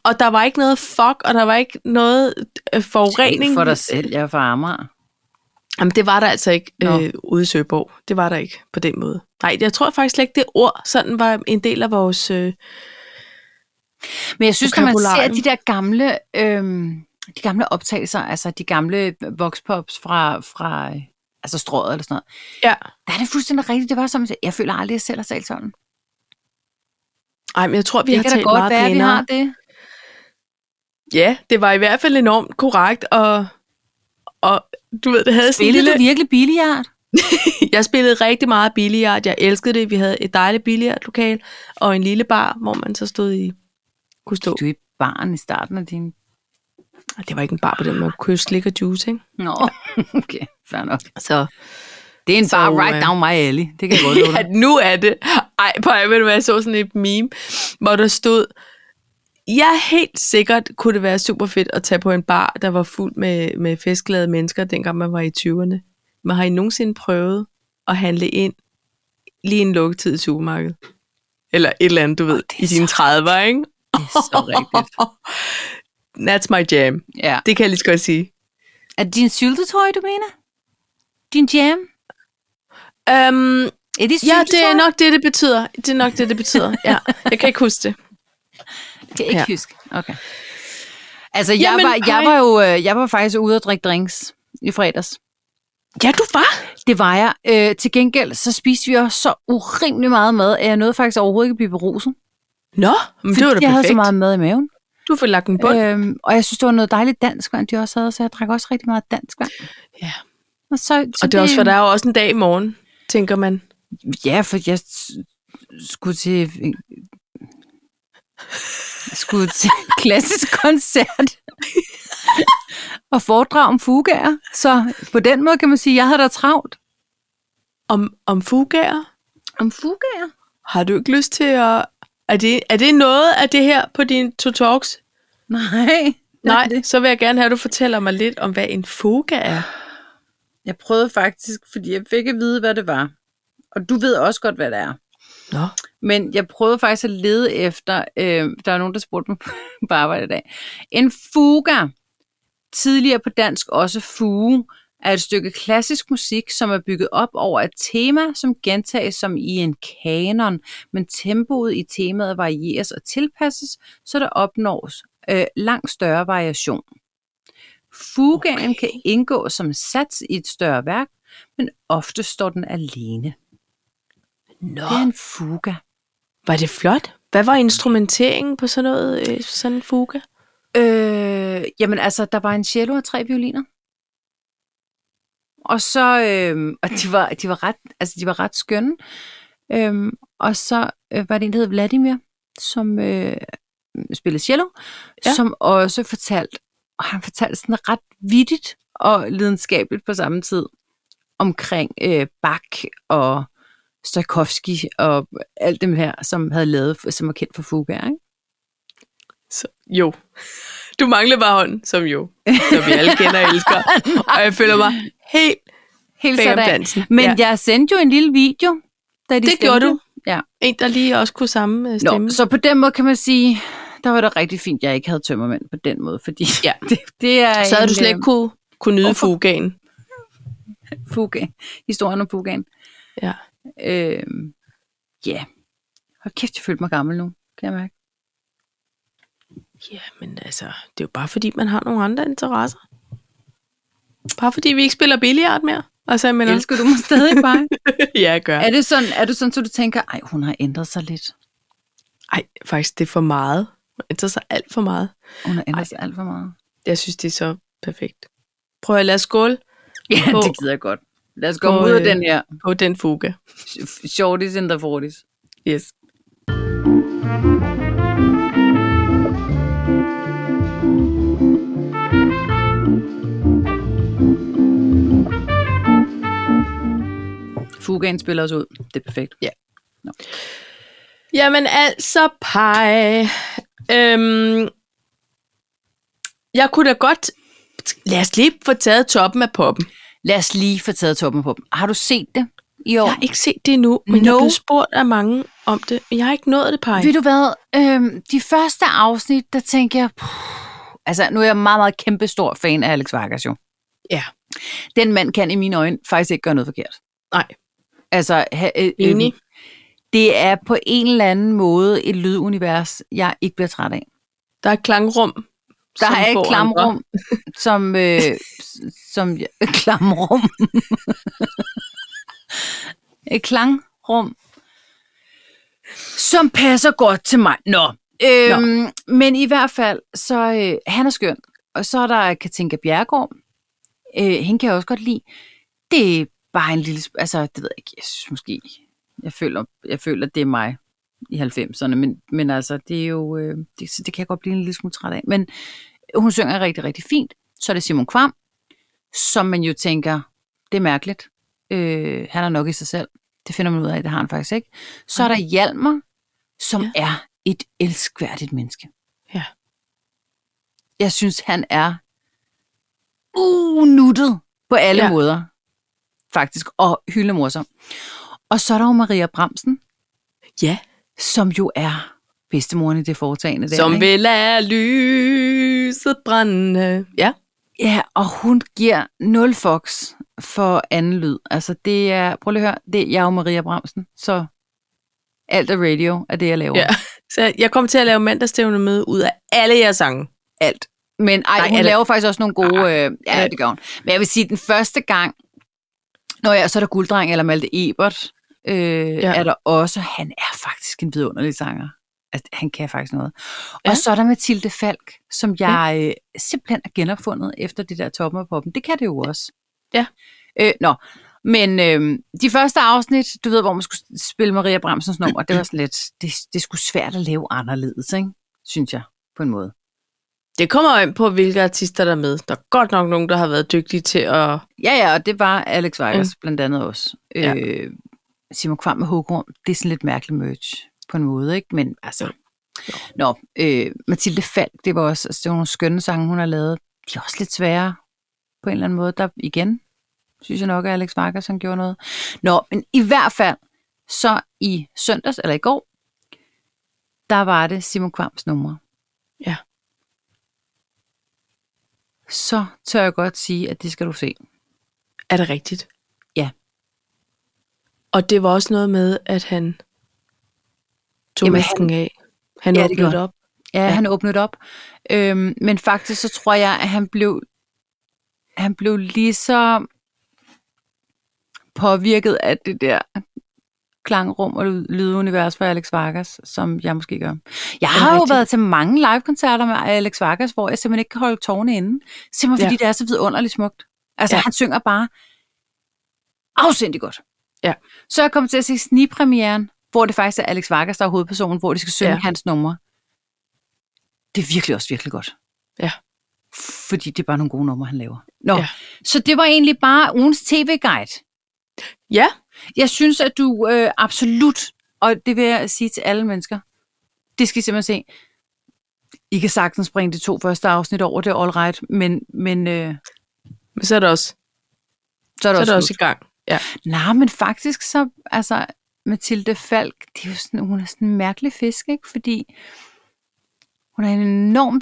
A: og der var ikke noget fuck, og der var ikke noget øh, forurening.
B: Tal for dig selv, jeg er fra Amager.
A: Jamen, det var der altså ikke
B: Nå.
A: øh, ude i Søborg. Det var der ikke på den måde. Nej, jeg tror faktisk slet ikke, det ord sådan var en del af vores... Øh,
B: Men jeg synes, når man ser
A: Vokabularium.
B: de der gamle, øhm, de gamle optagelser, altså de gamle voxpops fra, fra øh, altså strået eller sådan noget,
A: ja.
B: der er det fuldstændig rigtigt. Det var som, jeg føler aldrig, at jeg selv har talt sådan.
A: Ej, men jeg tror, vi
B: det
A: har
B: kan da
A: talt
B: godt
A: meget
B: være, at vi
A: pænere.
B: har det.
A: Ja, det var i hvert fald enormt korrekt, og, og du ved, det havde sådan en
B: Spillede
A: lille...
B: du virkelig billiard?
A: Jeg spillede rigtig meget billiard. Jeg elskede det. Vi havde et dejligt billiardlokal og en lille bar, hvor man så stod i kunne stå.
B: Du er i barn i starten af din
A: Det var ikke en bar på den, man kunne jo slik og juice, ikke?
B: Nå, okay, fair nok.
A: Så
B: Det er en
A: Så,
B: bar right
A: øh,
B: down my alley. Det kan jeg godt love
A: ja,
B: dig.
A: nu er det. Ej, på jeg ved du hvad, jeg så sådan et meme, hvor der stod, ja, helt sikkert kunne det være super fedt at tage på en bar, der var fuld med, med festglade mennesker, dengang man var i 20'erne. Men har I nogensinde prøvet at handle ind lige en lukketid i supermarkedet? Eller et eller andet, du ved,
B: det er
A: i dine 30'er, ikke?
B: Det er så rigtigt.
A: That's my jam.
B: Ja.
A: Det kan jeg lige så godt sige.
B: Er det din syltetøj, du mener? Din jam?
A: Um,
B: Er det
A: ja, det er
B: syltetøj?
A: nok det, det betyder. Det er nok det, det betyder. Ja, jeg kan ikke huske det.
B: Kan ikke
A: Ja.
B: ja. huske. Okay. Altså, jeg,
A: Jamen,
B: Jamen, var, jeg
A: hej.
B: var jo øh, jeg var faktisk ude og drikke drinks i fredags.
A: Ja, du var.
B: Det var jeg. Øh, til gengæld, så spiste vi også så urimelig meget mad, at jeg nåede faktisk overhovedet ikke at blive beruset.
A: Nå, men det var da
B: fordi
A: perfekt.
B: jeg havde så meget mad i maven.
A: Du får lagt en bund. Øh,
B: Øhm, og jeg synes, det var noget dejligt dansk vand, de også havde, så jeg drak også rigtig meget dansk vand.
A: Ja.
B: Og, så, så
A: og det er også, for der er jo også en dag i morgen, tænker man.
B: Ja, for jeg s- skulle til... Jeg skulle til klassisk koncert og foredrag om fugager. Så på den måde kan man sige, at jeg havde da travlt.
A: Om, om fugager,
B: Om fugager?
A: har du ikke lyst til at... Er det, er det noget af det her på din to talks?
B: Nej.
A: Nej, så vil jeg gerne have, at du fortæller mig lidt om, hvad en fuga er.
B: Jeg prøvede faktisk, fordi jeg fik at vide, hvad det var. Og du ved også godt, hvad det er.
A: Nå.
B: Men jeg prøvede faktisk at lede efter, øh, der er nogen, der spurgte mig på arbejde i dag. En fuga, tidligere på dansk også fuge, er et stykke klassisk musik, som er bygget op over et tema, som gentages som i en kanon, men tempoet i temaet varieres og tilpasses, så der opnås øh, langt større variation. Fugaen okay. kan indgå som sats i et større værk, men ofte står den alene.
A: Nå.
B: Det er en fuga.
A: Var det flot? Hvad var instrumenteringen på sådan, noget, øh, sådan en fuga?
B: Øh, jamen altså, der var en cello og tre violiner. Og så, øh, og de var, de var ret, altså de var ret skønne. Øh, og så øh, var det en, der hed Vladimir, som øh, spillede cello,
A: Ja.
B: ja. som også fortalte, og han fortalte sådan ret vittigt og lidenskabeligt på samme tid, omkring øh, Bach og Stokowski og alt dem her, som havde lavet, som var kendt for fugaer, ikke?
A: Så, jo. Du mangler bare hånden, som jo. Som vi alle kender og elsker. Og jeg føler mig helt
B: Helt
A: bag om
B: sådan.
A: dansen.
B: Men
A: ja.
B: ja. jeg sendte jo en lille video, da de
A: det
B: stemte.
A: gjorde du.
B: Ja.
A: En, der lige også kunne samme øh, stemme.
B: Nå, så på den måde kan man sige, der var det rigtig fint, jeg ikke havde tømmermænd på den måde, fordi
A: Ja.
B: det, det er
A: så havde
B: en, øh,
A: du slet ikke kunne, kunne nyde
B: Hvorfor?
A: fugaen.
B: øh, fuga, historien om fugaen.
A: Ja.
B: Øh, ja. Hold kæft, jeg følte mig gammel nu, kan jeg mærke.
A: Ja, men altså, det er jo bare fordi, man har nogle andre interesser. Bare fordi vi ikke spiller billiard mere. Altså, jeg mener,
B: Elsker du mig stadig bare?
A: ja, jeg gør.
B: er, det sådan, er det sådan, så du tænker, ej, hun har ændret sig lidt.
A: Ej, faktisk, det er for meget. Man ændrer sig alt for meget.
B: Hun har ændret sig alt for meget.
A: Jeg synes, det er så perfekt. Prøv at lade os skåle
B: Ja,
A: På-
B: det gider jeg godt. Lad os gå
A: på,
B: ud af
A: øh,
B: den her
A: på den fuga.
B: shorties in the 40's.
A: Yes.
B: Fugaen spiller os ud. Det er perfekt.
A: Jamen altså, pej. Øhm, jeg kunne da godt... Lad os lige få taget toppen af poppen.
B: Lad os lige få taget toppen på dem. Har du set det i år?
A: Jeg har ikke set det endnu, men no. jeg er
B: No.
A: blevet spurgt af mange om det. Men jeg har ikke nået det, Paj.
B: Ved du hvad? Øhm, de første afsnit, der tænker jeg... Puh, altså, nu er jeg meget, meget kæmpe stor fan af Alex Vargas jo.
A: Ja.
B: Den mand kan i mine øjne faktisk ikke gøre noget forkert.
A: Nej.
B: Altså, ha, øh,
A: Enig.
B: øh, det er på en eller anden måde et lydunivers, jeg ikke bliver træt af.
A: Der er et klangrum.
B: Der
A: som
B: er
A: få
B: et
A: andre.
B: klamrum, som... Øh, s- som jeg- klamrum. et klangrum, som passer godt til mig. Nå. Øhm, Men i hvert fald, så øh, han er skøn. Og så er der Katinka Bjergård. Øh, hende kan jeg også godt lide. Det er bare en lille... sp- Altså, det ved jeg ikke. Jeg synes måske... Jeg føler, jeg føler det er mig i 90'erne, men, men altså, det er jo, øh, det, så det kan jeg godt blive en lille smule træt af. Men Hun synger rigtig, rigtig fint. Så er det Simon Kvam, som man jo tænker, det er mærkeligt. Øh, han er nok i sig selv. Det finder man ud af, det har han faktisk ikke. Så er der Hjalmar, som
A: Ja.
B: ja. er et elskværdigt menneske.
A: Ja.
B: Jeg synes, han er unuttet på alle
A: Ja.
B: ja. måder, faktisk, og hyldemorsom. Og så er der jo Maria Bramsen,
A: Ja.
B: som jo er bedstemoren i det foretagende der.
A: Som
B: ikke?
A: vil lade lyset brænde. Ja.
B: Ja, og hun giver 0 fox for anden lyd. Altså, det er, prøv lige at høre, det er jeg og Maria Bramsen, så alt er radio, er det, jeg laver.
A: Ja. Så jeg kommer til at lave mandagsstævne med ud af alle jeres sange.
B: Alt. Men ej,
A: Nej,
B: Nej, hun
A: alt.
B: laver faktisk også nogle gode... Øh, ja,
A: alt.
B: det gør hun. Men jeg vil sige, den første gang, når jeg så er der Gulddreng eller Malte Ebert, øh, ja. er der også, han er faktisk en vidunderlig sanger. Altså, han kan faktisk noget. Ja.
A: Ja.
B: Og så er der Mathilde Falk, som jeg ja. øh, simpelthen har genopfundet efter det der toppen og poppen. Det kan det jo også.
A: Ja.
B: Øh, nå, men øh, de første afsnit, du ved, hvor man skulle spille Maria Bramsens nummer, det var sådan lidt, det, det skulle svært at lave anderledes, ikke? synes jeg, på en måde.
A: Det kommer jo ind på, hvilke artister der er med. Der er godt nok nogen, der har været dygtige til at...
B: Ja, ja, og det var Alex Vegas mm. blandt andet også.
A: Ja.
B: Øh, Simon Kvam med Håkon, det er sådan lidt mærkelig merch på en måde, ikke? Men altså...
A: Jo.
B: Nå, øh, Mathilde Falk, det var også altså, det var nogle skønne sange, hun har lavet. De er også lidt svære på en eller anden måde. Der igen, synes jeg nok, at Alex Vargas han gjorde noget. Nå, men i hvert fald, så i søndags, eller i går, der var det Simon Kvams numre.
A: Ja.
B: Så tør jeg godt sige, at det skal du se.
A: Er det rigtigt?
B: Ja.
A: Og det var også noget med, at han tog Jamen,
B: Jamen,
A: masken af. Han
B: Ja,
A: ja,
B: det
A: åbnede
B: gjorde
A: det op.
B: Ja,
A: Ja.
B: ja. han åbnede op. Øhm, men faktisk så tror jeg, at han blev, han blev lige så påvirket af det der klangrum og lyd- lydunivers for Alex Vargas, som jeg måske gør. Jeg har jo
A: rigtigt.
B: været til mange live-koncerter med Alex Vargas, hvor jeg simpelthen ikke kan holde tårne inde. Simpelthen
A: Ja.
B: fordi det er så vidunderligt smukt. Altså,
A: Ja.
B: ja. han synger bare afsindig godt.
A: Ja.
B: Så er jeg kommet til at se snigpremieren, hvor det faktisk er Alex Vargas, der er hovedpersonen, hvor de skal synge
A: Ja.
B: ja. hans numre. Det er virkelig også virkelig godt.
A: Ja.
B: Fordi det er bare nogle gode numre, han laver. Nå,
A: Ja.
B: ja. så det var egentlig bare ugens tv-guide.
A: Ja,
B: Jeg synes, at du øh, absolut, og det vil jeg sige til alle mennesker, det skal I simpelthen se. I kan sagtens springe de to første afsnit over, det er all right, men, men øh,
A: men så er det også,
B: så er det
A: så er det
B: også,
A: også
B: slut.
A: i gang. Ja.
B: Nej, men faktisk så, altså, Mathilde Falk, det er jo sådan, hun er sådan en mærkelig fisk, ikke? Fordi hun er en enorm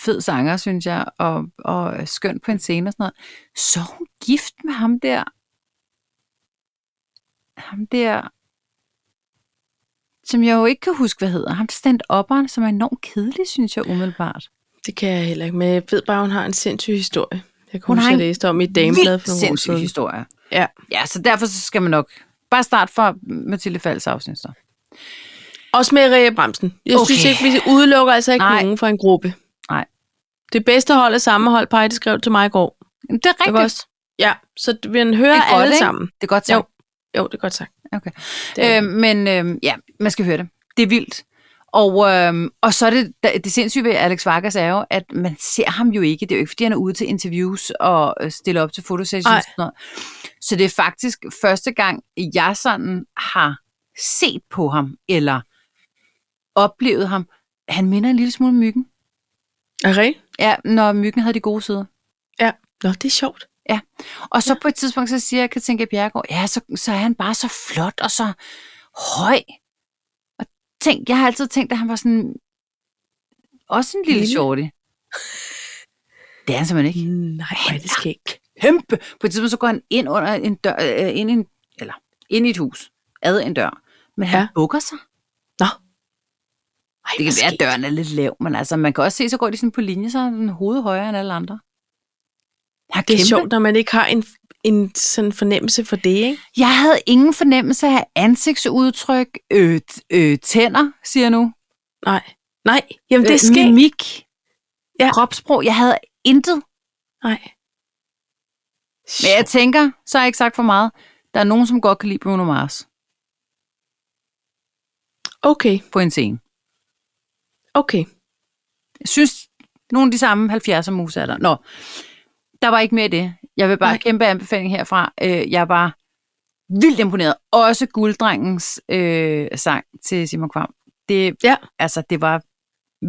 B: fed sanger, synes jeg, og, og skøn på en scene og sådan noget. Så er hun gift med ham der, ham der, som jeg jo ikke kan huske, hvad hedder, ham stand-upperen, som er enormt kedelig, synes jeg umiddelbart.
A: Det kan jeg heller ikke, men jeg ved bare, hun har en sindssyg historie. Jeg kan
B: Hun
A: hun huske,
B: har
A: jeg
B: en
A: læste om i Damebladet for nogle år
B: sindssyg
A: siden.
B: historie.
A: Ja.
B: Ja, så derfor så skal man nok bare starte fra Mathilde Falks afsnit så.
A: Også med Rea Bremsen. Jeg okay.
B: Okay.
A: synes ikke, vi udelukker altså ikke
B: Nej.
A: Nej. nogen fra en gruppe.
B: Nej.
A: Det bedste hold er samme hold, Paj, det skrev til mig i går.
B: Jamen, Det er
A: Det
B: rigtigt.
A: var også, ja, så vi hører
B: Det er godt,
A: alle
B: ikke?
A: sammen.
B: Det er godt
A: Jo,
B: sagt.
A: jo, det er godt sagt.
B: Okay.
A: Det er,
B: Øhm, men øhm, ja, man skal høre det. Det er vildt. Og, øhm, og så er det, der- det sindssyge ved Alex Vargas er jo, at man ser ham jo ikke. Det er jo ikke, fordi han er ude til interviews og øh, stiller op til fotosessions
A: Nej.
B: og sådan noget. Så det er faktisk første gang, jeg sådan har set på ham, eller oplevet ham. Han minder en lille smule om myggen.
A: er det rigtigt?
B: Ja, når myggen havde de gode sider.
A: Ja. Nå, det er sjovt.
B: Og så på et tidspunkt, så siger Katinka Bjergård, ja, så, så er han bare så flot og så høj. Og tænk, jeg har altid tænkt, at han var sådan, også en
A: Lille.
B: lille, lille. shorty. Det er han simpelthen ikke.
A: Nej, nej det skal ikke.
B: Kæmpe! På et tidspunkt, så går han ind under en dør, øh, ind i en, eller ind i et hus, ad en dør. Men han
A: Ja.
B: ja. bukker sig.
A: Ej,
B: Det kan
A: hvor
B: være, at
A: skægt.
B: døren er lidt lav, men altså, man kan også se, så går de sådan på linje, så er den hovedet højere end alle andre. Han
A: Det er
B: kæmpe.
A: sjovt, når man ikke har en, en sådan fornemmelse for det, ikke?
B: Jeg havde ingen fornemmelse af ansigtsudtryk, øh, t- øh, tænder, siger jeg nu.
A: Nej. Nej, jamen det er
B: øh,
A: skægt.
B: mimik,
A: Ja.
B: ja. kropsprog. Jeg havde intet.
A: Nej.
B: Men jeg tænker, så har jeg ikke sagt for meget. Der er nogen, som godt kan lide Bruno Mars
A: Okay,
B: på en scene.
A: okay.
B: Jeg synes, Nogle af de samme 70'er mus er der. Nå, der var ikke mere i det. Jeg vil bare
A: Nej.
B: Nej. kæmpe anbefaling herfra. Øh, jeg var vildt imponeret. Også gulddrengens øh, sang til Simon Kvam. Det,
A: Ja.
B: Altså, det var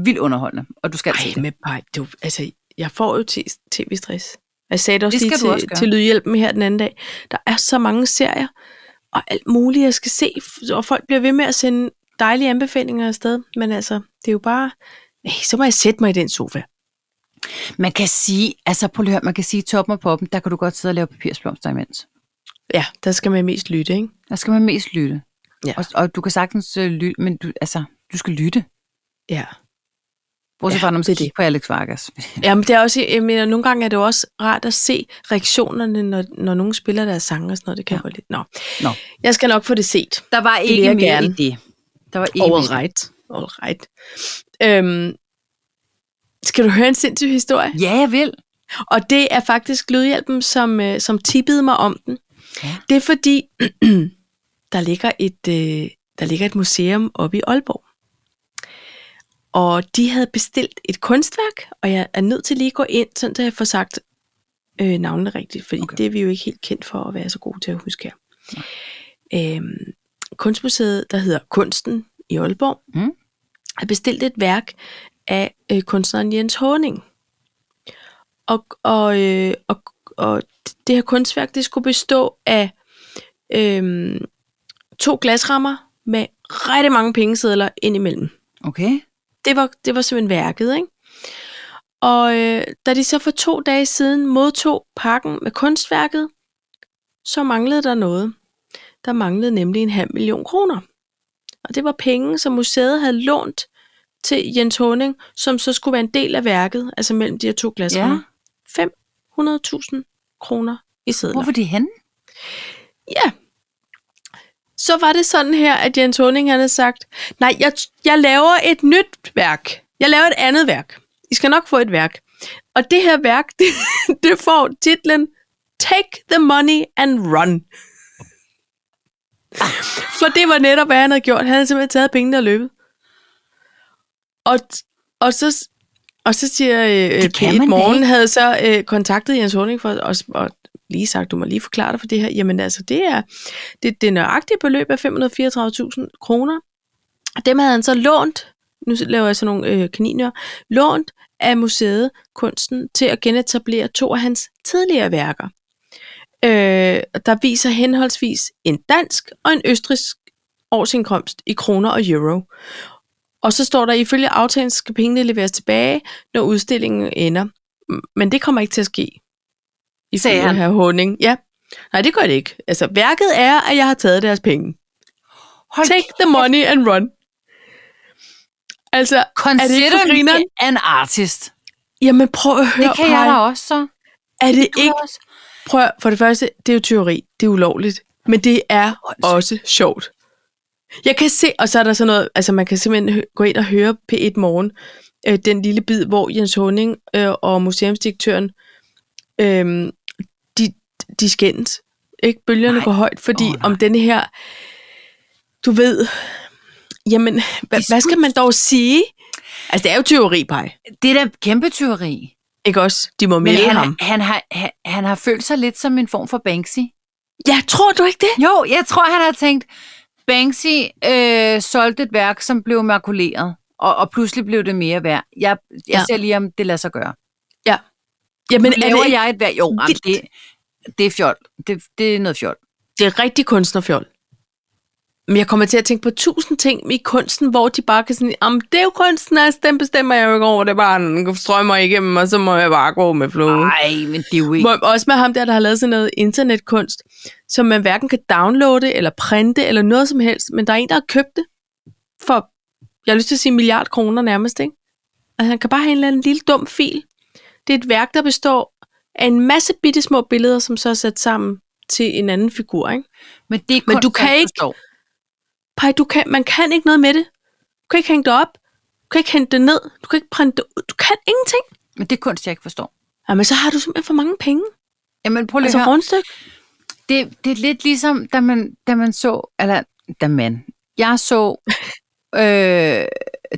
B: vildt underholdende, og du skal se
A: Ej,
B: det.
A: men bare, du, altså, jeg får jo t- tv-stress. Jeg sagde det også
B: Det skal du
A: lige
B: også
A: til,
B: gøre.
A: til Lydhjælpen her den anden dag. Der er så mange serier, og alt muligt, jeg skal se, f- og folk bliver ved med at sende dejlige anbefalinger afsted. Men altså, det er jo bare... Ej, så må jeg sætte mig i den sofa.
B: Man kan sige, altså prøv lige at høre, man kan sige toppen og poppen, der kan du godt sidde og lave papirsblomster imens.
A: Ja, der skal man mest lytte, ikke?
B: Der skal man mest lytte.
A: Ja.
B: Og, og du kan sagtens øh, lytte, men du, altså, du skal lytte.
A: Ja.
B: Bortset
A: Ja,
B: ja, fra, når man
A: det er
B: skal kigge på Alex Vargas.
A: Jamen, det er også, jeg mener, nogle gange er det jo også rart at se reaktionerne, når, når nogen spiller deres sange og sådan noget. Det kan ja.
B: Ja.
A: jeg godt lidt. Nå.
B: Nå.
A: Jeg skal nok få det set.
B: Der var
A: vil
B: ikke
A: jeg
B: mere gerne.
A: gerne.
B: i det. Der var ikke mere.
A: All right. All right. Øhm, skal du høre en sindssyg historie?
B: Ja, jeg vil.
A: Og det er faktisk Lydhjælpen, som, øh, som tippede mig om den.
B: Ja.
A: Det er fordi, der ligger, et, øh, der ligger et museum oppe i Aalborg. Og de havde bestilt et kunstværk, og jeg er nødt til lige at gå ind, sådan så jeg får sagt øh, navnene rigtigt, fordi okay.
B: Okay.
A: det er vi jo ikke helt kendt for at være så gode til at huske her. Øhm, kunstmuseet, der hedder Kunsten i Aalborg,
B: Mm.
A: har bestilt et værk af øh, kunstneren Jens Håning. Og, og, øh, og, og det her kunstværk, det skulle bestå af øh, to glasrammer med rigtig mange pengesedler indimellem.
B: Okay.
A: Det var, det var simpelthen værket, ikke? Og øh, da de så for to dage siden modtog pakken med kunstværket, så manglede der noget. Der manglede nemlig en halv million kroner. Og det var penge, som museet havde lånt til Jens Honing, som så skulle være en del af værket, altså mellem de her to glasrammer. Ja. 500.000 kroner i sedler.
B: Hvorfor er de henne?
A: Ja. Så var det sådan her, at Jens Honing han havde sagt, nej, jeg, jeg laver et nyt værk. Jeg laver et andet værk. I skal nok få et værk. Og det her værk, det, det får titlen Take the Money and Run. For det var netop, hvad han havde gjort. Han havde simpelthen taget pengene og løbet. Og, og så... Og så siger øh,
B: Det kan
A: P1
B: man da
A: Morgen
B: ikke.
A: havde så øh, kontaktet Jens Honing for at, og lige sagt, du må lige forklare dig for det her. Jamen altså, det er det, det nøjagtige beløb er 534.000 kroner. Dem havde han så lånt, nu laver jeg sådan nogle øh, kaniner, lånt af museet Kunsten til at genetablere to af hans tidligere værker. Øh, der viser henholdsvis en dansk og en østrisk årsindkomst i kroner og euro. Og så står der, ifølge aftalen skal pengene leveres tilbage, når udstillingen ender. M- Men det kommer ikke til at ske.
B: Sagde
A: Ifølge
B: han.
A: herr Honing. Ja. Nej, det gør det ikke. Altså, værket er, at jeg har taget deres penge.
B: Hold
A: Take the money and run. Altså, er det ikke
B: Consider
A: for
B: me
A: grineren?
B: an artist.
A: Jamen prøv at høre,
B: Det kan jeg da
A: Paj.
B: også, så.
A: Er det
B: Du
A: ikke...
B: også.
A: Prøv at, for det første, det er jo teori. Det er ulovligt. Men det er også sjovt. Jeg kan se, og så er der sådan noget, altså man kan simpelthen hø- gå ind og høre P1 Morgen, øh, den lille bid, hvor Jens Honing øh, og museumsdirektøren, øh, de, de skændes. Ikke? Bølgerne
B: Nej.
A: går højt, fordi
B: Åh,
A: oh,
B: nej.
A: om denne her, du ved, jamen, hva, hvad skal man dog sige? Altså, det er jo teori, Paj.
B: Det er da kæmpe tyveri.
A: Ikke også? De må
B: Men
A: melde
B: han,
A: ham.
B: han, har, han, han har følt sig lidt som en form for Banksy.
A: Ja, tror du ikke det?
B: Jo, jeg tror, han har tænkt, Banksy øh, solgte et værk, som blev makuleret, og, og pludselig blev det mere værd. Jeg, jeg
A: Ja.
B: ja. ser lige, om det lader sig gøre.
A: Jamen,
B: Men
A: er
B: laver
A: det, ikke,
B: jeg et værk? Jo, jamen, det,
A: vildt?
B: det er fjol. Det, det er noget fjol.
A: det er rigtig kunstnerfjol. Men jeg kommer til at tænke på tusind ting i kunsten, hvor de bare kan sådan, om det er jo kunsten, altså, den bestemmer jeg jo ikke over, det er bare, den strømmer igennem, og så må jeg bare gå med flowen.
B: Nej, men det er jo ikke...
A: Hvor- Også med ham der, der har lavet sådan noget internetkunst, som man hverken kan downloade, eller printe, eller noget som helst, men der er en, der har købt det for, jeg har lyst til at sige en milliard kroner nærmest, ikke? Altså, han kan bare have en eller anden lille dum fil. Det er et værk, der består af en masse bitte små billeder, som så er sat sammen til en anden figur, ikke?
B: Men, det er
A: Men
B: kunst,
A: du kan
B: jeg
A: ikke-
B: forstår.
A: Pej, du kan, man kan ikke noget med det. Du kan ikke hænge det op. Du kan ikke hente det ned. Du kan ikke printe det ud. Du kan ingenting.
B: Men det er kunst, jeg ikke forstår.
A: Jamen, så har du simpelthen for mange penge.
B: Jamen, prøv lige
A: Altså
B: at høre.
A: rundstykke.
B: det, det er lidt ligesom, da man, da man så, eller da man, jeg så øh,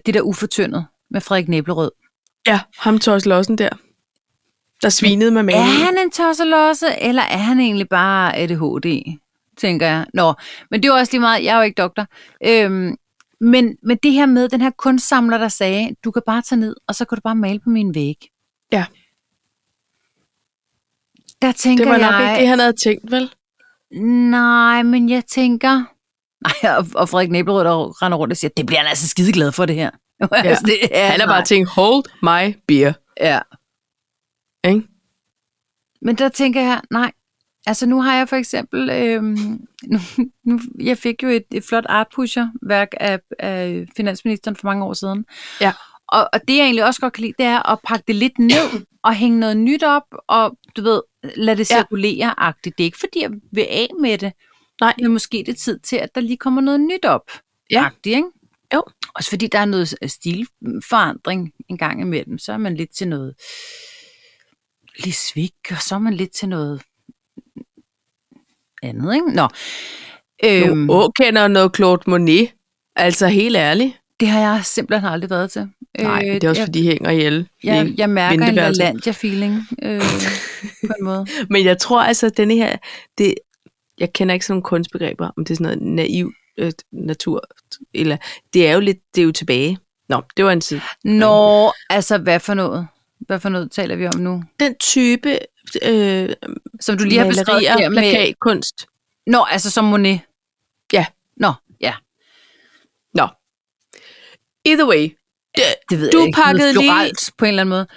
B: det der ufortyndet med Frederik Næblerød.
A: Ja, ham Tors Lossen der, der svinede med maven.
B: Er han en tosselosse, eller er han egentlig bare ADHD, tænker jeg. Nå, men det er jo også lige meget, jeg er jo ikke doktor. Øhm, men, men det her med den her kunstsamler, der sagde, du kan bare tage ned, og så kan du bare male på min væg.
A: Ja.
B: Der tænker
A: Det var nok
B: jeg,
A: ikke det, han havde tænkt, vel?
B: nej, men jeg tænker... Nej, og, og Frederik Næblerød, der render rundt og siger, det bliver han altså skideglad for, det her. Ja. det er,
A: Han har bare tænkt, hold my beer.
B: Ja.
A: Ikke?
B: Men der tænker jeg, nej. Altså nu har jeg for eksempel, øhm, nu, nu, jeg fik jo et, et flot artpusher-værk af, af finansministeren for mange år siden.
A: Ja.
B: Og, og det jeg egentlig også godt kan lide, det er at pakke det lidt ned og hænge noget nyt op, og du ved, lade det
A: Ja.
B: cirkulere-agtigt. Det er ikke fordi, jeg vil af med det.
A: Nej.
B: Men måske er det tid til, at der lige kommer noget nyt op.
A: Ja.
B: Agtigt, ikke?
A: Jo.
B: Også fordi der er noget stilforandring en gang imellem, så er man lidt til noget lidt svig, og så er man lidt til noget andet, ikke? Nå. Øhm,
A: Øhm. Nå, kender noget Claude Monet. Altså, helt ærligt.
B: det har jeg simpelthen aldrig været til. Øh,
A: Nej, det er også
B: jeg,
A: fordi, de hænger ihjel.
B: jeg, jeg mærker en
A: venteværelset.
B: LaLandia-feeling øh, på en måde.
A: Men jeg tror altså, at denne her... Det, jeg kender ikke sådan nogle kunstbegreber, om det er sådan noget naiv øh, natur. Eller, det er jo lidt... Det er jo tilbage. Nå, det var en side.
B: Nå, altså hvad for noget? Hvad for noget taler vi om nu?
A: Den type øh,
B: Som du lige har beskrevet her med...
A: plakatkunst.
B: Nå, altså som Monet.
A: Ja.
B: Nå, ja.
A: Nå. Either way.
B: det ved
A: Du
B: jeg ikke, noget
A: pakkede lige-
B: floralt på en eller anden måde.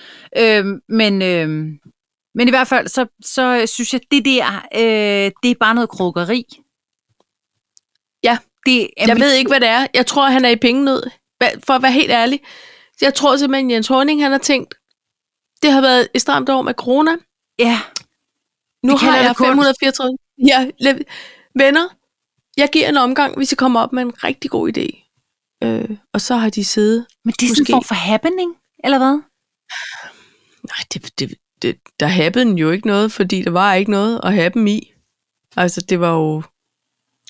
B: Øhm, men, øhm, men i hvert fald, så, så synes jeg, det der, øh, det er bare noget krukkeri.
A: Ja.
B: Det,
A: Jeg ved ikke, hvad det er. Jeg tror, han er i pengenød. Hva- For at være helt ærlig. Jeg tror simpelthen, Jens Horning, han har tænkt, det har været et stramt år med corona.
B: Ja,
A: Nu
B: Det
A: har
B: kalder
A: jeg
B: jeg kunst.
A: 534. Ja, le- venner, jeg giver en omgang, hvis I kommer op med en rigtig god idé. Øh, og så har de siddet.
B: men det er sådan
A: Måske.
B: en form for happening, eller hvad?
A: Nej, det, det, det, der happen jo ikke noget, fordi der var ikke noget at happen i. Altså, det var jo...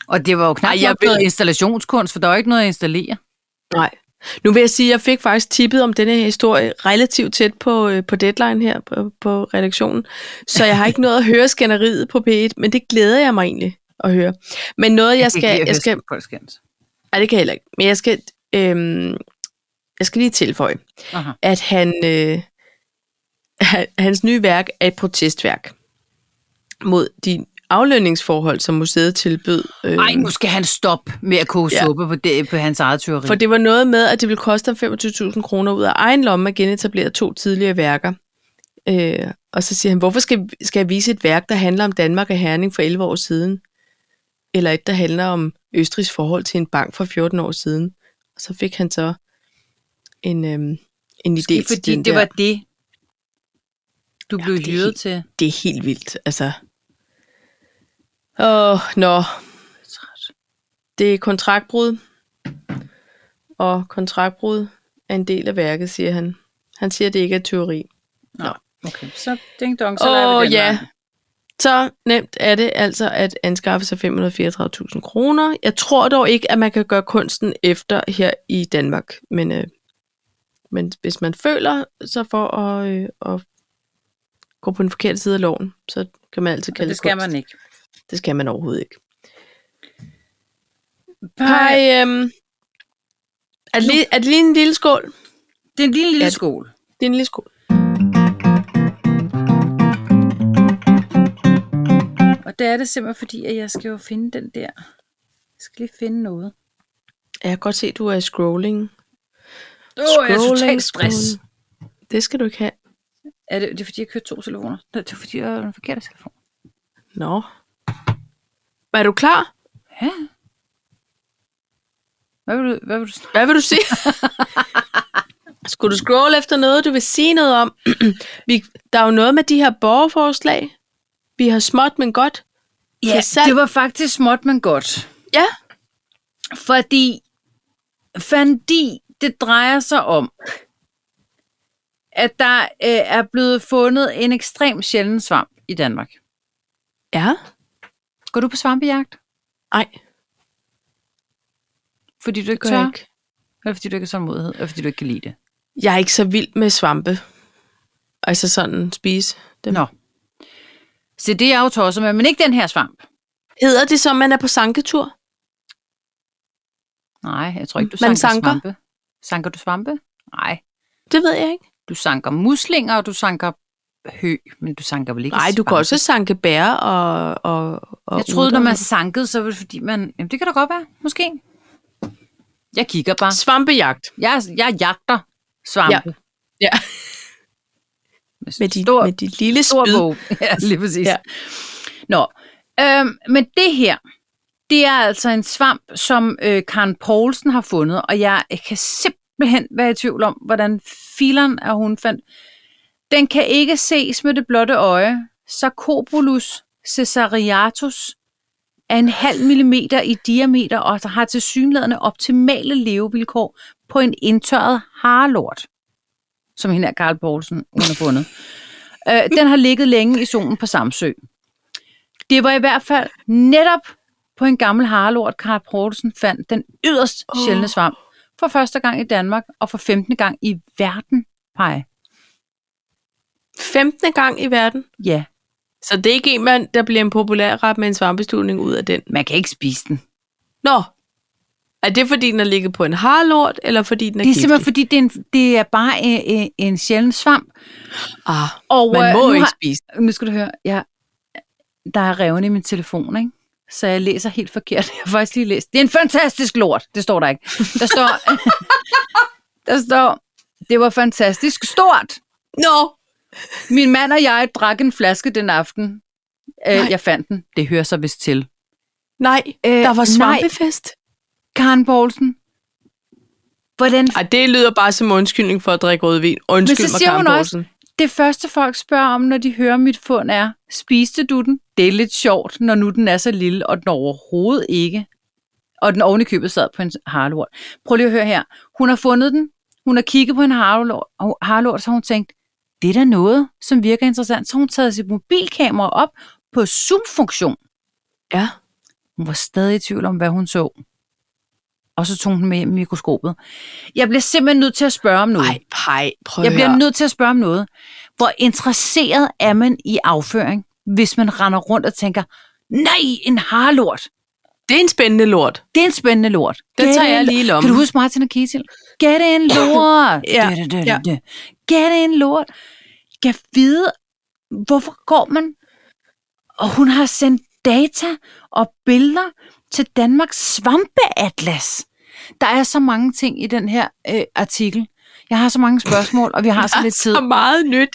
B: Og det var jo knap
A: Ej, jeg
B: Ej, jeg
A: ved-
B: noget installationskunst, for der var ikke noget at installere.
A: Nej. Nu vil jeg sige, at jeg fik faktisk tippet om denne her historie relativt tæt på, øh, på deadline her på, på redaktionen, så jeg har ikke nået at høre skænderiet på P1, men det glæder jeg mig egentlig at høre. Men noget, jeg skal... Jeg skal nej, det kan jeg heller ikke. Men jeg skal, øhm, jeg skal lige tilføje,
B: Aha.
A: at han, øh, han, hans nye værk er et protestværk mod de aflønningsforhold, som museet tilbød. Øh,
B: Ej, nu skal han stoppe med at koge
A: Ja.
B: ja. suppe på, det, på hans eget tyveri.
A: For det var noget med, at det ville koste ham 25.000 kroner ud af egen lomme at genetablere to tidligere værker. Øh, og så siger han, hvorfor skal, skal jeg vise et værk, der handler om Danmark og Herning for 11 år siden? Eller et, der handler om Østrigs forhold til en bank for 14 år siden? Og så fik han så en, øhm, en idé
B: Måske
A: til
B: fordi
A: den
B: det
A: der.
B: var det, du
A: Ja,
B: blev
A: det er
B: hyret
A: helt-
B: til.
A: det er helt vildt, altså. Åh, nå. Det er kontraktbrud. Og kontraktbrud er en del af værket, siger han. Han siger, at det ikke er teori.
B: Okay, så ding dong,
A: Åh ja, så nemt er det altså at anskaffe sig 534.000 kroner. Jeg tror dog ikke, at man kan gøre kunsten efter her i Danmark. Men, øh, men hvis man føler sig for at, øh, at gå på den forkerte side af loven, så kan man altid kalde det kunst.
B: ikke.
A: Det skal man overhovedet ikke. Hej, øhm, er, det lige, er det lige en lille skål?
B: Det er en lille, lille
A: Ja.
B: skole.
A: Det er en lille skål.
B: Og det er det simpelthen fordi, at jeg skal jo finde den der. Jeg skal lige finde noget.
A: Jeg kan godt se, at du er scrolling.
B: Åh, oh, jeg er
A: Scrolling,
B: totalt stress.
A: scrolling. Det skal du ikke have.
B: Er det, det er fordi, jeg kører to telefoner. Nej, Det er fordi, jeg har den forkerte telefon.
A: Nå. Er du klar?
B: Ja. Hvad vil du, hvad vil du snakke
A: Hvad vil du sige? Skulle du scrolle efter noget, du vil sige noget om? Vi, der er jo noget med de her borgerforslag. Vi har småt, men godt. Ja,
B: det var faktisk småt, men godt.
A: Ja,
B: Fordi, fordi det drejer sig om, at der øh, er blevet fundet en ekstrem sjælden svamp i Danmark.
A: ja.
B: Går du på svampejagt?
A: Ej,
B: Fordi du ikke
A: gør jeg
B: tør?
A: ikke.
B: Eller fordi du ikke har sådan modhed? Eller fordi du ikke kan lide det?
A: Jeg er ikke så vild med svampe. Altså sådan spise dem.
B: Nå. Så det er jeg jo tosset med, men ikke den her svamp.
A: Hedder det så, at man er på sanketur?
B: Nej, jeg tror ikke, du
A: Man
B: sanker,
A: sanker.
B: svampe. Sanker du svampe? Nej.
A: Det ved jeg ikke.
B: Du sanker muslinger, og du sanker hø, men du sanker vel ikke
A: Nej, du kan
B: svampe?
A: også sanke bær og, og, og
B: Jeg troede,
A: urter.
B: når man sankede, så var det fordi, man... Jamen, det kan da godt være, måske. Jeg kigger bare.
A: Svampejagt.
B: Jeg, jeg jagter svampe.
A: Ja. Ja. Med dit, stor, med dit lille
B: stor
A: spyd.
B: bog. Ja, lige præcis.
A: Ja.
B: Ja. Nå, øhm, men det her, det er altså en svamp, som øh, Karen Poulsen har fundet, og jeg kan simpelthen være i tvivl om, hvordan fileren er hun fandt. Den kan ikke ses med det blotte øje. Sarcobolus cesariatus er en halv millimeter i diameter og har til synlædende optimale levevilkår på en indtørret harlort, som hende her Karl Poulsen hun har fundet. Øh, den har ligget længe i solen på Samsø. Det var i hvert fald netop på en gammel harlort, Karl Poulsen fandt den yderst
A: Åh.
B: sjældne svamp for første gang i Danmark og for 15. gang i verden. Pej.
A: 15. gang i verden.
B: Ja,
A: Så det er ikke en mand, der bliver en populær ret med en svampestuvning ud af den.
B: man kan ikke spise den.
A: Nå, er det fordi, den har ligget på en harlort, eller fordi den er,
B: Det er
A: giftig?
B: simpelthen fordi, det er, en, det er bare en, en, en sjælden svamp.
A: Ah,
B: Og,
A: man
B: øh,
A: må
B: nu
A: ikke
B: har,
A: spise den.
B: Nu skal du høre, jeg, der er revne i min telefon, ikke? så jeg læser helt forkert. Jeg har faktisk lige læst. Det er en fantastisk lort. Det står der ikke. Der står, der står det var fantastisk stort.
A: Nå,
B: Min mand og jeg drak en flaske den aften.
A: Nej.
B: Øh, jeg fandt den. Det hører så vist til.
A: nej,
B: Øh,
A: der var
B: nej.
A: svampefest.
B: Karen Poulsen, hvordan
A: Ej, det lyder bare som undskyldning for at drikke rødvin. Undskyld
B: så
A: mig,
B: siger
A: Karen
B: hun også-
A: Poulsen.
B: det første folk spørger om, når de hører mit fund er, spiste du den? Det er lidt sjovt, når nu den er så lille, og den overhovedet ikke. Og den oven i købet sad på en harlort. Prøv lige at høre her. Hun har fundet den, hun har kigget på en harlort, og harlort så har hun tænkt, det er da noget, som virker interessant. Så har hun taget sit mobilkamera op på zoom-funktion.
A: Ja.
B: Hun var stadig i tvivl om, hvad hun så. Og så tog hun den med hjem i mikroskopet. Jeg bliver simpelthen nødt til at spørge om noget.
A: Ej, pej, prøv
B: Jeg
A: at
B: bliver
A: høre.
B: nødt til at spørge om noget. Hvor interesseret er man i afføring, hvis man render rundt og tænker, nej, en harlort.
A: Det er en spændende lort.
B: Det er en spændende lort.
A: Den
B: Get
A: tager jeg
B: en-
A: lige i lommen.
B: Kan du huske Martin og Ketil? Get en lort.
A: Ja,
B: Da, da, da,
A: ja.
B: da. Get en lort. Kan vide, hvorfor går man? Og hun har sendt data og billeder til Danmarks svampeatlas. Der er så mange ting i den her øh, artikel. Jeg har så mange spørgsmål, og vi har Ah, så lidt tid.
A: Så meget nyt.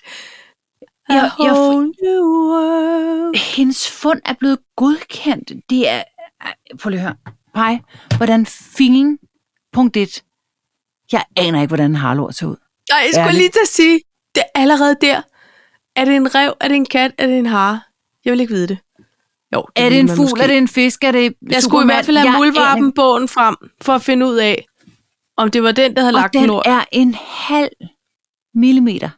A: A
B: Jeg, jeg,
A: whole new world.
B: hendes fund er blevet godkendt. Det er... Ej, Prøv lige at høre. Pej, hvordan filen... Punkt 1. Jeg aner ikke, hvordan en harlort ser ud.
A: Nej, jeg skulle
B: Ærligt.
A: lige til at sige, det er allerede der. Er det en rev, er det en kat, er det en hare? Jeg vil ikke vide det. Jo, det
B: Er det
A: ville
B: en
A: man
B: fugl?
A: måske.
B: Er det en fisk? Er det
A: Jeg skulle i
B: Superman?
A: hvert fald have
B: Jeg aner ikke.
A: muldvarpenbogen frem, for at finde ud af, om det var den, der havde
B: Og
A: lagt den
B: den
A: lort.
B: er en halv millimeter.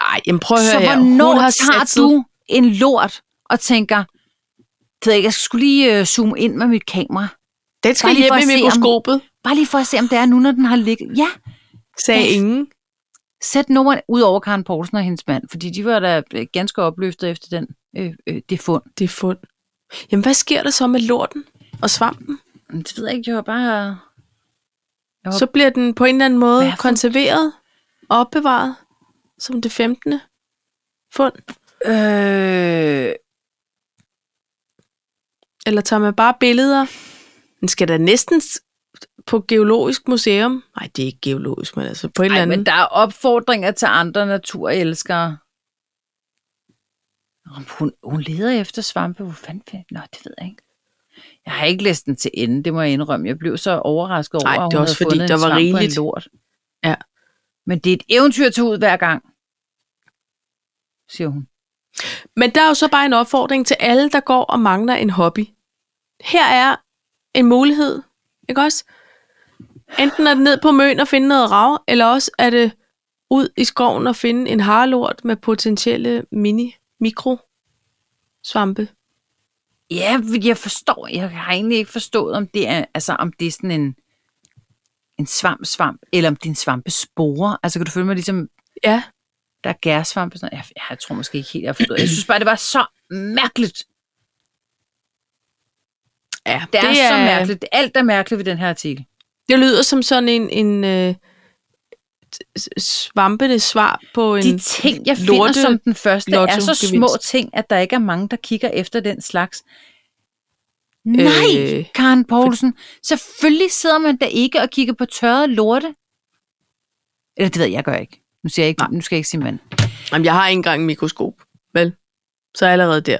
A: Ej, jamen prøv at
B: Så
A: høre her.
B: hvornår
A: Hun har
B: tager
A: satset-
B: du en lort og tænker, "Det ved jeg ikke, jeg skulle lige øh, zoome ind med mit kamera.
A: Den skal
B: Bare lige
A: hjem
B: for
A: i
B: at se, om-
A: mikroskopet,
B: Bare lige for at se, om det er nu, når den har ligget. Ja,
A: sagde
B: Ja.
A: ingen.
B: sæt nummeret ud over Karen Poulsen og hendes mand, fordi de var da øh, ganske opløftet efter den, øh, øh, det fund.
A: Det er fund. Jamen, hvad sker der så med lorten og svampen?
B: Men Det ved jeg ikke, jeg var bare... Op.
A: Så bliver den på en eller anden måde
B: Hvad for-
A: konserveret og opbevaret som det 15. fund.
B: Øh,
A: Eller tager man bare billeder? Den skal da næsten s- på Geologisk Museum. Nej, det er ikke geologisk, men altså på et eller
B: ej,
A: andet.
B: men der er opfordringer til andre naturelskere. Om Hun, hun leder efter svampe. Hvor fanden find- Nå, det ved jeg ikke. Jeg har ikke læst den til ende, det må jeg indrømme. Jeg blev så overrasket over,
A: Ej,
B: at
A: det er
B: hun
A: også
B: havde
A: fordi,
B: fundet
A: der
B: en
A: var
B: svamp og en
A: rigeligt.
B: lort.
A: Ja.
B: Men det er et eventyr til ud hver gang, siger hun.
A: Men der er jo så bare en opfordring til alle, der går og mangler en hobby. Her er en mulighed, ikke også? Enten er det ned på møn og finde noget rav, eller også er det ud i skoven og finde en harlort med potentielle mini mikro svampe.
B: Ja, fordi jeg forstår, jeg har egentlig ikke forstået, om det er, altså, om det er sådan en, en svamp, svamp, eller om det er en svampe spore. Altså kan du følge mig ligesom,
A: Ja.
B: der er gærsvamp og sådan noget. Jeg, jeg tror måske ikke helt, jeg har forstået. Jeg synes bare, det var så mærkeligt.
A: ja
B: Det er, det er så mærkeligt. Alt er mærkeligt ved den her artikel.
A: Det lyder som sådan en, en øh, s- svampende svar på en...
B: De ting, jeg finder
A: lorte-
B: som den første, er så
A: lottogevinst.
B: små ting, at der ikke er mange, der kigger efter den slags. Nej,
A: Øh,
B: Karen Poulsen. Selvfølgelig sidder man da ikke og kigger på tørrede lorte. Eller det ved jeg, jeg gør ikke. Nu, siger jeg ikke,
A: Nej.
B: nu skal jeg ikke sige mand.
A: Jamen, jeg har ikke engang en mikroskop, vel? Så allerede der.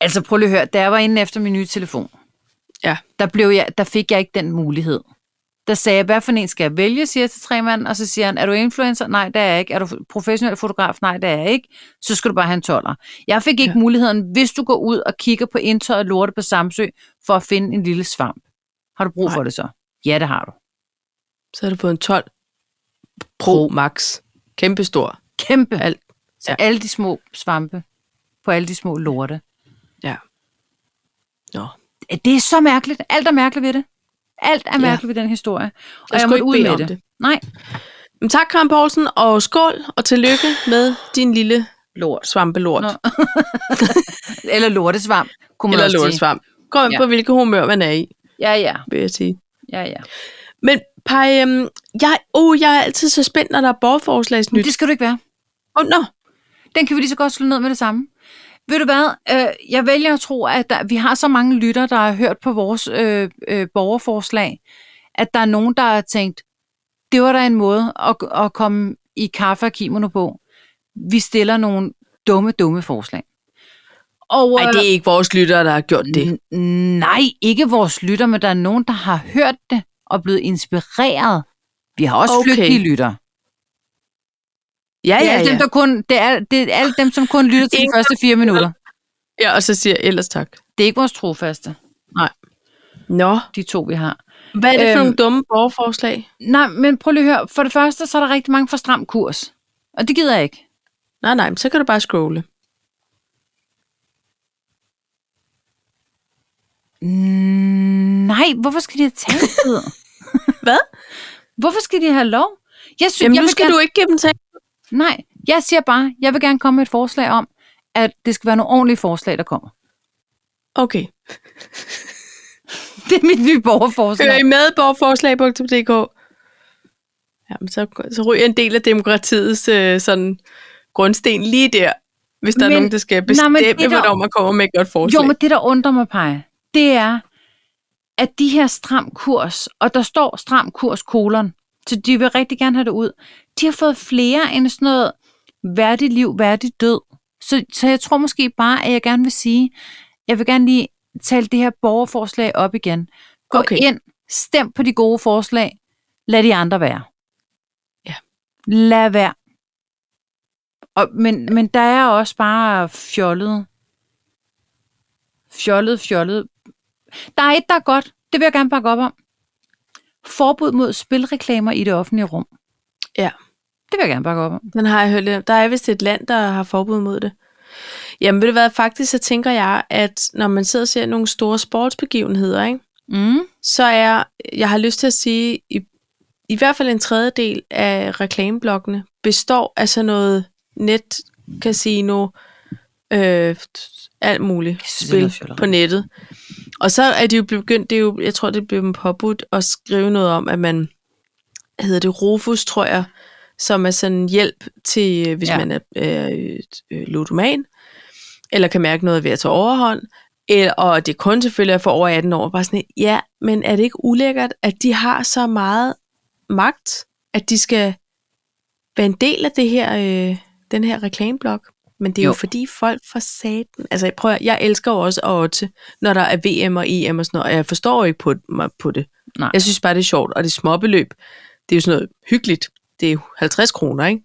B: Altså prøv lige at høre, da jeg var inde efter min nye telefon,
A: Ja.
B: der, blev jeg, der fik jeg ikke den mulighed. Der sagde jeg, hvad for en skal jeg vælge, siger jeg til tre mand, og så siger han, er du influencer? Nej, det er jeg ikke. Er du professionel fotograf? Nej, det er jeg ikke. Så skal du bare have en toller. Jeg fik ikke ja. muligheden, hvis du går ud og kigger på indtørret lorte på Samsø, for at finde en lille svamp. Har du brug Nej. for
A: Nej.
B: det så? Ja, det har du.
A: Så har du fået en 12 Pro Max. Kæmpestor.
B: Kæmpe.
A: Alt.
B: Ja.
A: Ja.
B: Alle de små svampe på alle de små lorte.
A: Ja. Nå.
B: Det er så mærkeligt. Alt er mærkeligt ved det. Alt er mærkeligt ja. ved den historie. Og jeg, jeg
A: skulle
B: må
A: ikke
B: ud
A: bede
B: med
A: om
B: det. det.
A: det.
B: Nej,
A: Men tak, Karen Poulsen, og skål, og tillykke med din lille
B: lort.
A: svampelort.
B: Nå, Eller lortesvamp, kunne man
A: eller
B: også sige.
A: lortsvamp. Kom ind
B: Ja.
A: ja. på, hvilket humør man er i,
B: Ja, ja,
A: vil jeg sige.
B: ja, ja.
A: Men Paj, øhm, jeg, oh, jeg er altid så spændt, når der er
B: Men
A: borgerforslagsnyt.
B: det skal du ikke være.
A: Åh, oh, nå.
B: Den kan vi lige så godt slå ned med det samme. Ved du hvad, øh, jeg vælger at tro, at der, vi har så mange lytter, der har hørt på vores øh, øh, borgerforslag, at der er nogen, der har tænkt, det var da en måde at, at komme i kaffe og kimono på. Vi stiller nogle dumme, dumme forslag. Og,
A: Ej,
B: øh,
A: det er ikke vores lyttere, der har gjort det.
B: N- nej, ikke vores lytter, men der er nogen, der har hørt det og blevet inspireret. Vi har også okay.
A: Okay.
B: flygtige lytter.
A: Ja,
B: Det er,
A: ja,
B: alle
A: ja.
B: dem, der kun, det, er, det er alle dem, som kun lytter til de
A: Ingen-
B: første fire minutter.
A: ja og så siger jeg ellers tak.
B: Det er ikke vores trofaste,
A: Nå.
B: de to, vi har.
A: Hvad er det for øhm,
B: Øhm,
A: nogle dumme borgerforslag?
B: Nej, men prøv lige at høre. For det første, så er der rigtig mange for stram kurs. Og det gider jeg ikke.
A: Nej, nej, men så kan du bare scrolle.
B: Mm, nej, hvorfor skal de have taletid?
A: Hvad?
B: hvorfor skal de have lov? Jeg synes,
A: Jamen,
B: jeg
A: nu
B: vil
A: skal
B: gerne...
A: du ikke give dem til.
B: Nej, jeg siger bare, jeg vil gerne komme med et forslag om, at det skal være nogle ordentlige forslag, der kommer.
A: Okay.
B: Det er mit nye
A: Hør I
B: borgerforslag.
A: med borgerforslag.dk? Jamen, så, så ryger en del af demokratiets øh, sådan grundsten lige der, hvis der
B: Men-
A: er nogen, der skal
B: men
A: bestemme,
B: det er der-
A: hvornår man kommer med et godt forslag.
B: Jo, men det, der undrer mig, Paj, det er, at de her stram kurs, og der står stram kurs kolon, så de vil rigtig gerne have det ud, de har fået flere end sådan noget værdigt liv, værdig død. Så, så jeg tror måske bare, at jeg gerne vil sige, jeg vil gerne lige tale det her borgerforslag op igen. Gå okay.
A: Okay.
B: ind, stem på de gode forslag, lad de andre være.
A: Ja.
B: Lad være. Og, men, men der er også bare fjollet. Fjollet, fjollet. Der er et, der er godt. Det vil jeg gerne bakke op om. Forbud mod spilreklamer i det offentlige rum.
A: Ja.
B: Det vil jeg gerne bakke op om.
A: Den har jeg hørt lidt om. Der er vist et land, der har forbud mod det. Jamen, ved du hvad, faktisk så tænker jeg, at når man sidder og ser nogle store sportsbegivenheder, ikke,
B: Mm.
A: så er, jeg har lyst til at sige, i, i hvert fald en tredjedel af reklameblokkene består af sådan noget net, casino, øh, alt muligt
B: synes, det er noget
A: spil
B: fjolleri.
A: på nettet. Og så er de jo begyndt, det er jo, jeg tror, det blev dem påbudt at skrive noget om, at man hvad hedder det Rufus, tror jeg, som er sådan en hjælp til, øh, hvis
B: Ja.
A: ja. man er øh, øh, ludoman, eller kan mærke noget ved at tage overhånd, eller, og det er kun selvfølgelig for over 18 år, bare sådan, et, ja, men er det ikke ulækkert, at de har så meget magt, at de skal være en del af det her, øh, den her reklameblok? Men det er jo,
B: Jo.
A: jo fordi folk fra saten, altså prøv at, jeg elsker jo også at otte, når der er VM og EM og sådan noget, og jeg forstår jo ikke på, mig på det.
B: Nej.
A: Jeg synes bare, det er sjovt, og det er småbeløb. Det er jo sådan noget hyggeligt. Det er jo 50 kroner, ikke?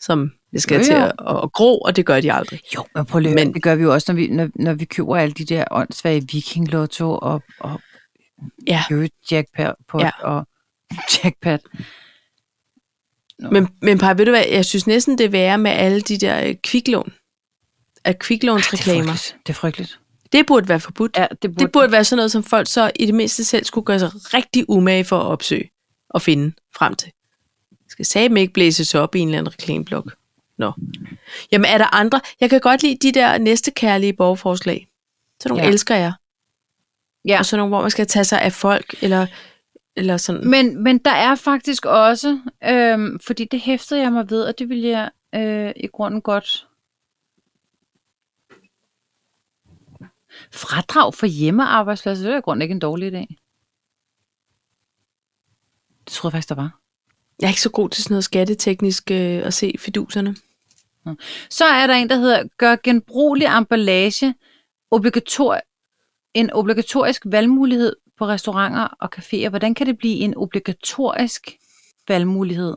A: Som jeg skal
B: Jo,
A: jo, til
B: jo.
A: at, at, at gro, og det gør de aldrig.
B: Jo, men prøv lige at høre,
A: Men-
B: det gør vi jo også, når vi, når, når vi køber alle de der åndssvage Viking Lotto og, og
A: Ja.
B: Jackpot ja.
A: Ja.
B: og Jackpot.
A: Men, men par, ved du hvad, jeg synes næsten, det er værre med alle de der øh, kviklån. Af
B: Ej, det er
A: kviklånsreklamer.
B: frygteligt. Det er frygteligt.
A: Det burde være forbudt.
B: Ja,
A: Det burde være sådan noget, som folk så i det mindste selv skulle gøre sig rigtig umage for at opsøge og finde frem til. Det skal sabe ikke blæses op i en eller anden reklameblok. Nå. Jamen er der andre? Jeg kan godt lide de der næste kærlige borgerforslag. Så nogle
B: Ja.
A: ja. elsker jeg.
B: Ja.
A: Og så nogle, hvor man skal tage sig af folk, eller, eller sådan.
B: Men, men der er faktisk også, øhm, fordi det hæftede jeg mig ved, og det ville jeg øh, i grunden godt. Fradrag for hjemmearbejdspladser, det er i grunden ikke en dårlig idé. Det troede jeg faktisk, der var.
A: Jeg er ikke så god til sådan noget skatteteknisk øh, at se fiduserne.
B: Så er der en, der hedder, gør genbrugelig emballage obligator- en obligatorisk valgmulighed på restauranter og caféer. Hvordan kan det blive en obligatorisk valgmulighed?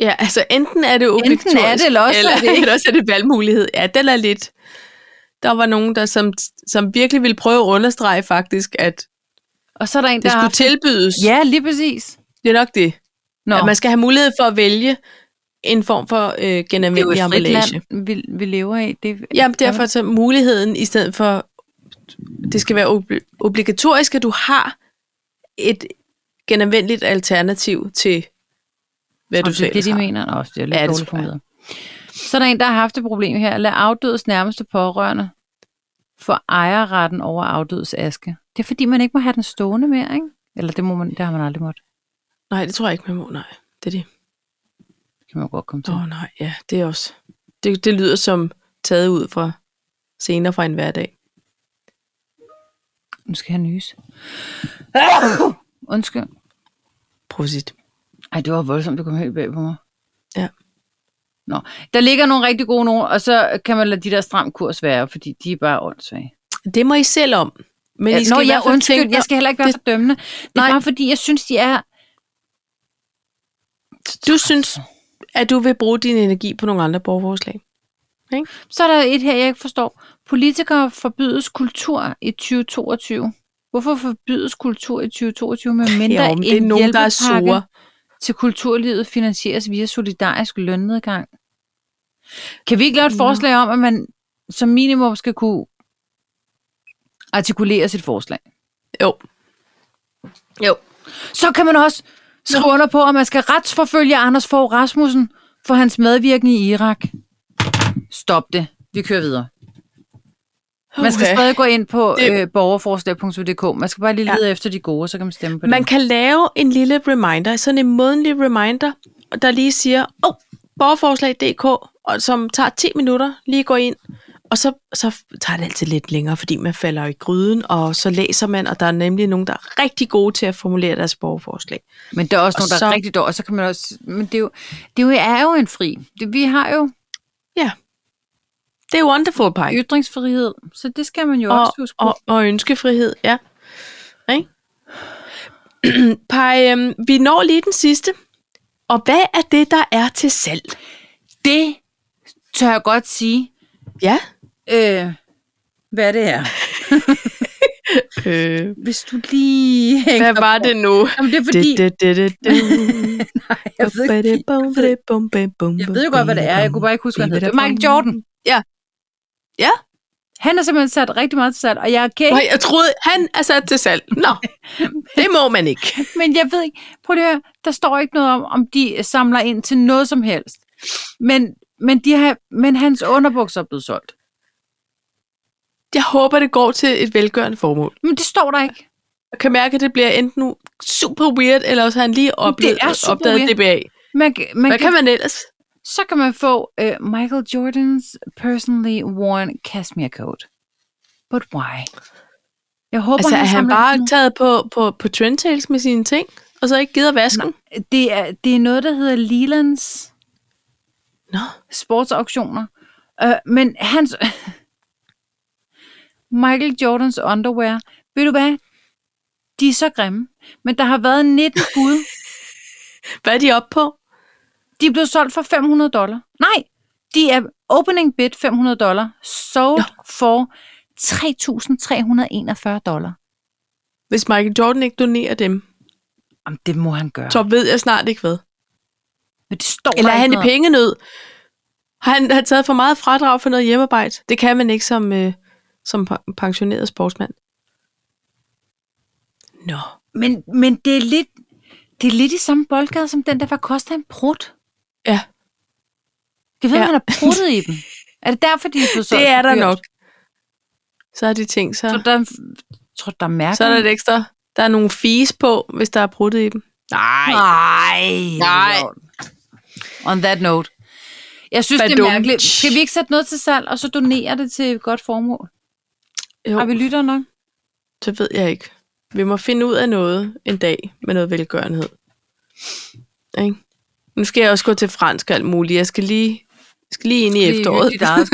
A: Ja, altså enten er det obligatorisk,
B: er det, eller også
A: eller,
B: er det ikke.
A: eller også er det valgmulighed. Ja, den er lidt... Der var nogen, der som, som virkelig ville prøve at understrege faktisk, at det
B: Og så er der en, der
A: ja.
B: har
A: skulle tilbydes.
B: Ja, lige præcis.
A: Det er nok det.
B: Nå,
A: At man skal have mulighed for at vælge en form for øh, genanvendelig emballage.
B: land, vi, vi lever i. Det,
A: Jamen derfor så muligheden, i stedet for, det skal være obli- obligatorisk, at du har et genanvendeligt alternativ til, hvad
B: er
A: du
B: du det,
A: selv
B: det, de
A: har.
B: mener. Nå, det er lidt
A: Ja,
B: ja,
A: det
B: dårligt
A: tror jeg.
B: formuleret. Så er der en, der har haft et problem her. Lad afdødes nærmeste pårørende få ejerretten over afdødes aske. Det er fordi, man ikke må have den stående mere, ikke? Eller det, må man, det har man aldrig måttet.
A: Nej, det tror jeg ikke, man må. Nej, det er det.
B: Det kan man jo godt komme til.
A: Åh oh, nej, ja, det er også. Det, det lyder som taget ud fra scener fra en hverdag.
B: Nu skal jeg nys. Undskyld.
A: Prosit.
B: Ej, det var voldsomt, det kom helt bag på mig.
A: Ja.
B: Nå, der ligger nogle rigtig gode nogen, og så kan man lade de der stram kurs være, fordi de er bare åndssvage.
A: Det må I selv om. Men
B: Ja,
A: I skal
B: Nå,
A: i
B: jeg
A: hvert fald
B: undskyld,
A: tænke,
B: jeg skal heller ikke være
A: det-
B: for dømmende. Det er
A: Nej.
B: bare fordi, jeg synes, de er...
A: Du synes, at du vil bruge din energi på nogle andre borgerforslag.
B: Så er der et her, jeg ikke forstår. Politikere forbydes kultur i 2022. Hvorfor forbydes kultur i 2022, med mindre
A: Ja,
B: en
A: men det er nogen, der er
B: hjælpepakke
A: sure.
B: til kulturlivet finansieres via solidarisk lønnedgang? Kan vi ikke lave et forslag om, at man som minimum skal kunne artikulere sit forslag?
A: Jo. Jo.
B: Så kan man også skrive under på, at man skal retsforfølge Anders Fogh Rasmussen for hans medvirken i Irak. Stop det. Vi kører videre. Man skal
A: Uha.
B: stadig gå ind på
A: Det-
B: øh, borgerforslag.dk. Man skal bare lige lede efter de gode, så kan man stemme på
A: Man
B: dem.
A: kan lave en lille reminder, sådan en månedlig reminder, der lige siger, åh, oh, borgerforslag.dk, og som tager 10 minutter, lige går ind, og så, så tager det altid lidt længere, fordi man falder i gryden, og så læser man, og der er nemlig nogen, der er rigtig gode til at formulere deres borgerforslag.
B: Men der er også
A: Og
B: nogle, der er
A: så-
B: rigtig dårlige, og så kan man også... Men det er jo, det er jo, er jo en fri. Det, vi har jo
A: Det er wonderful, Pike.
B: ytringsfrihed, så det skal man jo også
A: og,
B: huske. på.
A: og, og ønskefrihed, ja. Ikke? Pej, øhm, vi når lige den sidste. Og hvad er det, der er til salg?
B: det tør jeg godt sige,
A: Ja.
B: øh, hvad det er.
A: Øh,
B: Hvis du lige hænger
A: hvad var
B: på-
A: det nu?
B: Jamen, det er fordi, det, det, jeg, ved, ikke- jeg ved jo godt, hvad det er. Jeg kunne bare ikke huske, hvad han hedder. Det er Michael Jordan.
A: Ja. Ja.
B: Han er simpelthen sat rigtig meget til salg, og jeg er gay,
A: Nej, jeg troede, han er sat til salg. Nå, det må man ikke.
B: men jeg ved ikke, prøv lige at høre, der står ikke noget om, om de samler ind til noget som helst. Men, men, de har, men hans underbukser er blevet solgt.
A: Jeg håber, det går til et velgørende formål.
B: Men det står der ikke.
A: Jeg kan mærke, at det bliver enten nu super weird, eller også har han lige oplevet,
B: er super
A: opdaget
B: weird.
A: DBA.
B: Man, kan- man,
A: Hvad kan man ellers?
B: så kan man få uh, Michael Jordans personally worn cashmere coat. But why? Jeg håber,
A: Altså, er han
B: samler
A: bare
B: ind til
A: taget på, på, på trendtails med sine ting, og så ikke givet at vaske dem?
B: noget. det er, det er noget, der hedder Lelands
A: Nå.
B: sportsauktioner. Uh, men hans... Michael Jordans underwear. Ved du hvad? De er så grimme. Men der har været 19 bud.
A: Hvad er de oppe på?
B: De er blevet solgt for 500 dollar. Nej, de er opening bid 500 dollar, sold ja. for 3.341 dollar.
A: Hvis Michael Jordan ikke donerer dem,
B: Jamen, det må han gøre.
A: så ved jeg snart ikke hvad.
B: Men det står
A: Eller
B: der
A: er han
B: ikke
A: i
B: noget om.
A: pengenød? Har han har taget for meget fradrag for noget hjemmearbejde? Det kan man ikke som, øh, som pa- pensioneret sportsmand. Nå.
B: Men, men det, er lidt, det er lidt i samme boldgade som den der, hvad koster en prut?
A: Ja.
B: Kan vi vide,
A: Ja.
B: ja. man har pruttet i dem? Er det derfor, de er blevet solgt
A: Det er
B: så
A: der
B: dyrt?
A: nok. Så er de ting, så...
B: Tror du, der, er- tror, du, der er mærker?
A: Så er der et ekstra. Der er nogle fis på, hvis der er bruttet i dem. Nej.
B: Nej.
A: Nej.
B: On that note. Jeg synes, det
A: Badum.
B: er mærkeligt. Skal vi ikke sætte noget til salg, og så donere det til et godt formål?
A: Jo,
B: Har vi lytter nok?
A: det ved jeg ikke. Vi må finde ud af noget en dag med noget velgørenhed. Ikke? Nu skal jeg også gå til fransk og alt muligt. Jeg skal lige, skal lige ind i
B: Det er
A: efteråret.
B: hyggeligt, Lars.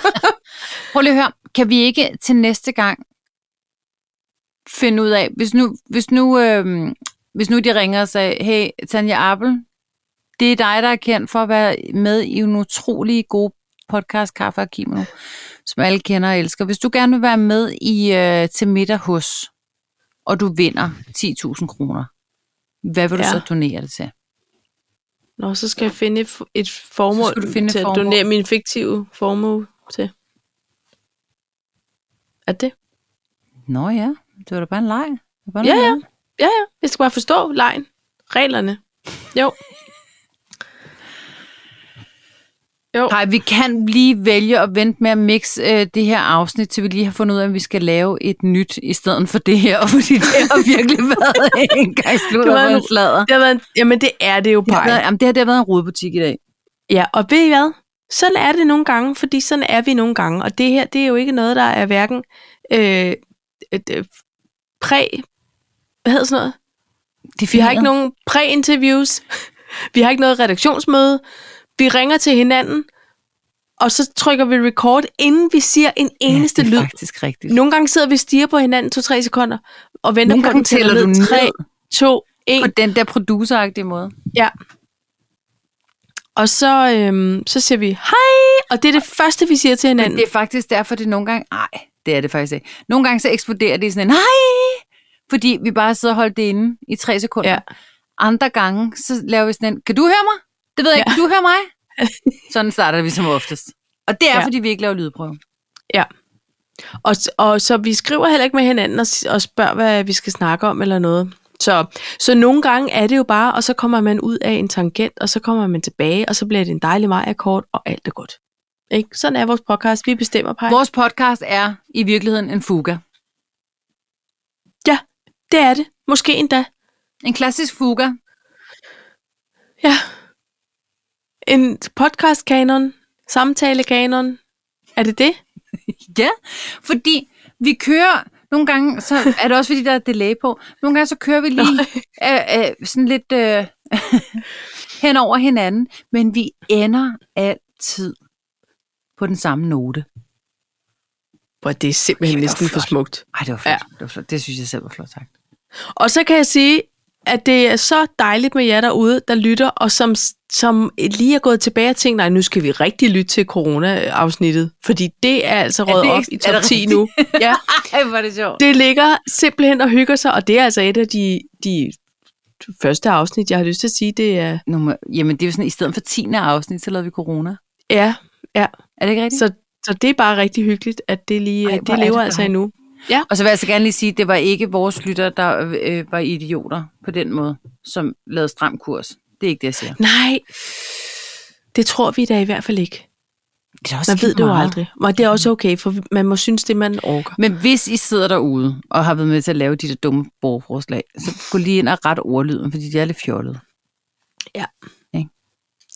B: Prøv lige at høre. Kan vi ikke til næste gang finde ud af, hvis nu, hvis nu, øhm, hvis nu de ringer og siger, hey, Tanja Appel, det er dig, der er kendt for at være med i en utrolig god podcast, Kaffe og Kimono, som alle kender og elsker. Hvis du gerne vil være med i øh, til middag hos, og du vinder 10.000 kroner, hvad vil du
A: Ja.
B: ja. så donere det til?
A: Nå, så skal jeg finde et, f- et formål
B: Så skal du finde et
A: til
B: formål.
A: at donere min fiktive formue til. Er det?
B: Nå ja, det var da bare en leg. Det var bare en
A: Ja,
B: leg.
A: ja. Ja, ja. Jeg skal bare forstå lejen. Reglerne. Jo. Jo.
B: Nej, vi kan lige vælge at vente med at mixe øh, det her afsnit, til vi lige har fundet ud af, om vi skal lave et nyt i stedet for det her, fordi det har virkelig været en gang slut
A: Det var
B: over
A: en-
B: en slader.
A: Det har været en, jamen, det er det jo
B: Det har,
A: bare.
B: været, jamen, det her det har været en rodebutik i dag.
A: Ja, og ved I hvad? Sådan er det nogle gange, fordi sådan er vi nogle gange. Og det her, det er jo ikke noget, der er hverken øh, et, øh, præ... Hvad hedder sådan noget?
B: Det
A: Vi har ikke nogen præ-interviews. Vi har ikke noget redaktionsmøde. Vi ringer til hinanden, og så trykker vi record, inden vi siger en eneste
B: ja, det
A: lyd.
B: er faktisk rigtigt.
A: Nogle gange sidder vi og stiger på hinanden to-tre sekunder, og venter
B: Nogle
A: på, at den
B: gange tæller du ned
A: 3, 2, 1.
B: på den der produceragtige måde.
A: Ja. Og så, øhm, så siger vi hej, og det er det første, vi siger til
B: Men
A: hinanden.
B: det er faktisk derfor, det nogle gange... Nej, det er det faktisk ikke. Nogle gange så eksploderer det i sådan en hej, fordi vi bare sidder og holder det inde i tre sekunder.
A: Ja.
B: Andre gange, så laver vi sådan en, kan du høre mig? Det ved jeg ikke, kan du høre mig? Sådan starter vi som oftest. Og det er,
A: Ja.
B: ja. fordi vi ikke laver lydprøve.
A: Og, og så vi skriver heller ikke med hinanden og, s- og spørger, hvad vi skal snakke om eller noget. Så, så nogle gange er det jo bare, og så kommer man ud af en tangent, og så kommer man tilbage, og så bliver det en dejlig majakord, og alt er godt. Ikke? Sådan er vores podcast. Vi bestemmer, Paj.
B: Vores podcast er i virkeligheden en fuga.
A: Ja, det er det. Måske endda.
B: En klassisk fuga.
A: Ja. En podcastkanon, samtalekanon. Er det det?
B: Ja, fordi vi kører... Nogle gange, så er det også fordi, der er delay på. Nogle gange, så kører vi lige øh, øh, sådan lidt øh, hen over hinanden. Men vi ender altid på den samme note.
A: Hvor det er simpelthen
B: Okay, det er
A: næsten for
B: flot.
A: smukt.
B: Ej, det var flot.
A: Ja.
B: Ja. Det, var flot. det synes jeg selv var flot sagt.
A: Og så kan jeg sige, at det er så dejligt med jer derude, der lytter, og som, som lige er gået tilbage og tænkt, nej, nu skal vi rigtig lytte til corona-afsnittet, fordi det er altså
B: det
A: røget op
B: ikke-
A: i
B: er
A: top
B: det
A: 10 nu. Ja,
B: Ej, hvor er det sjovt.
A: det ligger simpelthen og hygger sig, og det er altså et af de, de første afsnit, jeg har lyst til at sige, det er,
B: Nummer, jamen, det er jo sådan, i stedet for 10. afsnit, så lavede vi corona.
A: ja,
B: Er det ikke rigtigt? Så,
A: så, så det er bare rigtig hyggeligt, at det lige,
B: Ej,
A: Ej,
B: hvor er
A: det lever
B: det
A: altså
B: dejligt.
A: endnu.
B: og så vil jeg så gerne lige sige, at det var ikke vores lytter, der øh, var idioter på den måde, som lavede stram kurs. Det er ikke det, jeg siger.
A: Nej, det tror vi da i hvert fald ikke.
B: Det er også
A: Man ved det jo aldrig. Og det er også okay, for man må synes det, man orker.
B: Men hvis I sidder derude og har været med til at lave de der dumme borgerforslag, så gå lige ind og ret ordlyden, fordi de er lidt fjollede.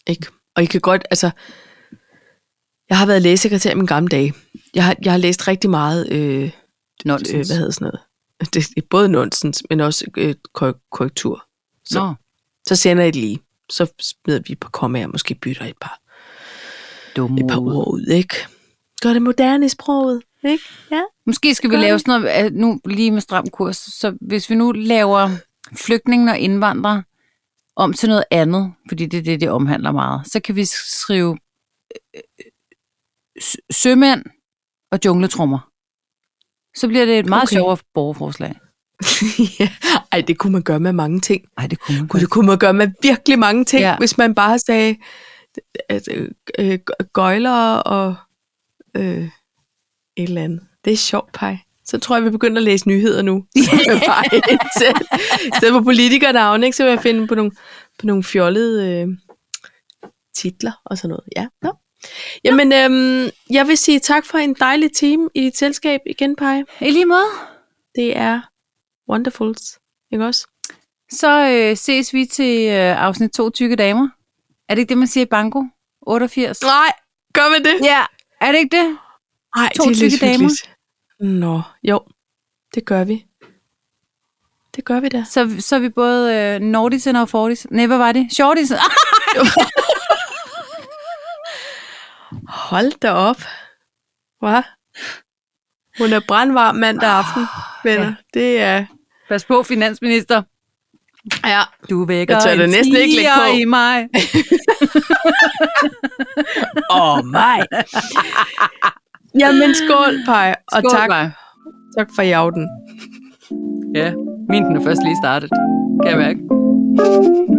A: Ikke? Og I kan godt, altså... Jeg har været lægesekretær i mine gamle dage. Jeg har, jeg har læst rigtig meget, øh, øh,
B: Nonsens.
A: hvad hedder sådan noget? Det, er både nonsens, men også øh, korre- korrektur. så?
B: Nå,
A: Så sender jeg det lige. Så smider vi på kommaer, måske bytter et par,
B: dumme
A: et par
B: ord.
A: ord ud, ikke? Gør det moderne i sproget, ikke? Ja.
B: Måske skal vi
A: Gør
B: lave
A: det.
B: sådan noget, øh, nu lige med stram kurs, så hvis vi nu laver flygtninge og indvandrere om til noget andet, fordi det er det, det omhandler meget, så kan vi skrive øh, øh, sø- sømænd og jungletrummer. Så bliver det et meget
A: Okay.
B: okay. sjovere borgerforslag.
A: ja. Ej, det kunne man gøre med mange ting.
B: Nej, det kunne man
A: Gud, det kunne man gøre med virkelig mange ting, ja.
B: Ja.
A: hvis man bare sagde at, øh, øh, gøjler og øh, et eller andet. Det er sjovt, Paj. Så tror jeg, vi begynder at læse nyheder nu. I stedet for politikernavne, ikke? så vil jeg finde på nogle, på nogle fjollede øh, titler og sådan noget. Ja, nå. Jamen, øhm, jeg vil sige tak for en dejlig time i dit selskab igen, Paj.
B: I lige måde.
A: Det er wonderfuls, ikke også?
B: Så øh, ses vi til øh, afsnit to tykke damer. Er det ikke det, man siger i banko? 88?
A: Nej, gør med det.
B: Ja, er det ikke det?
A: Nej,
B: To tykke damer.
A: Nå, jo, det gør vi. Det gør vi da.
B: Så, så er vi både øh, Nordisen og Fortis. Nej, hvad var det? Shortisen.
A: Hold da op. Hvad? Hun er brandvarm mandag aften, venner. Det er...
B: Pas på, finansminister.
A: Ja,
B: Du vækker
A: Jeg tør da
B: en
A: næsten ikke lægge
B: tiger
A: på.
B: i mig.
A: åh oh, mig. Jamen, skål, Paj. Og
B: Skål,
A: tak,
B: Maja.
A: tak for jauden.
B: Ja, min den er først lige startet. Kan jeg mærke.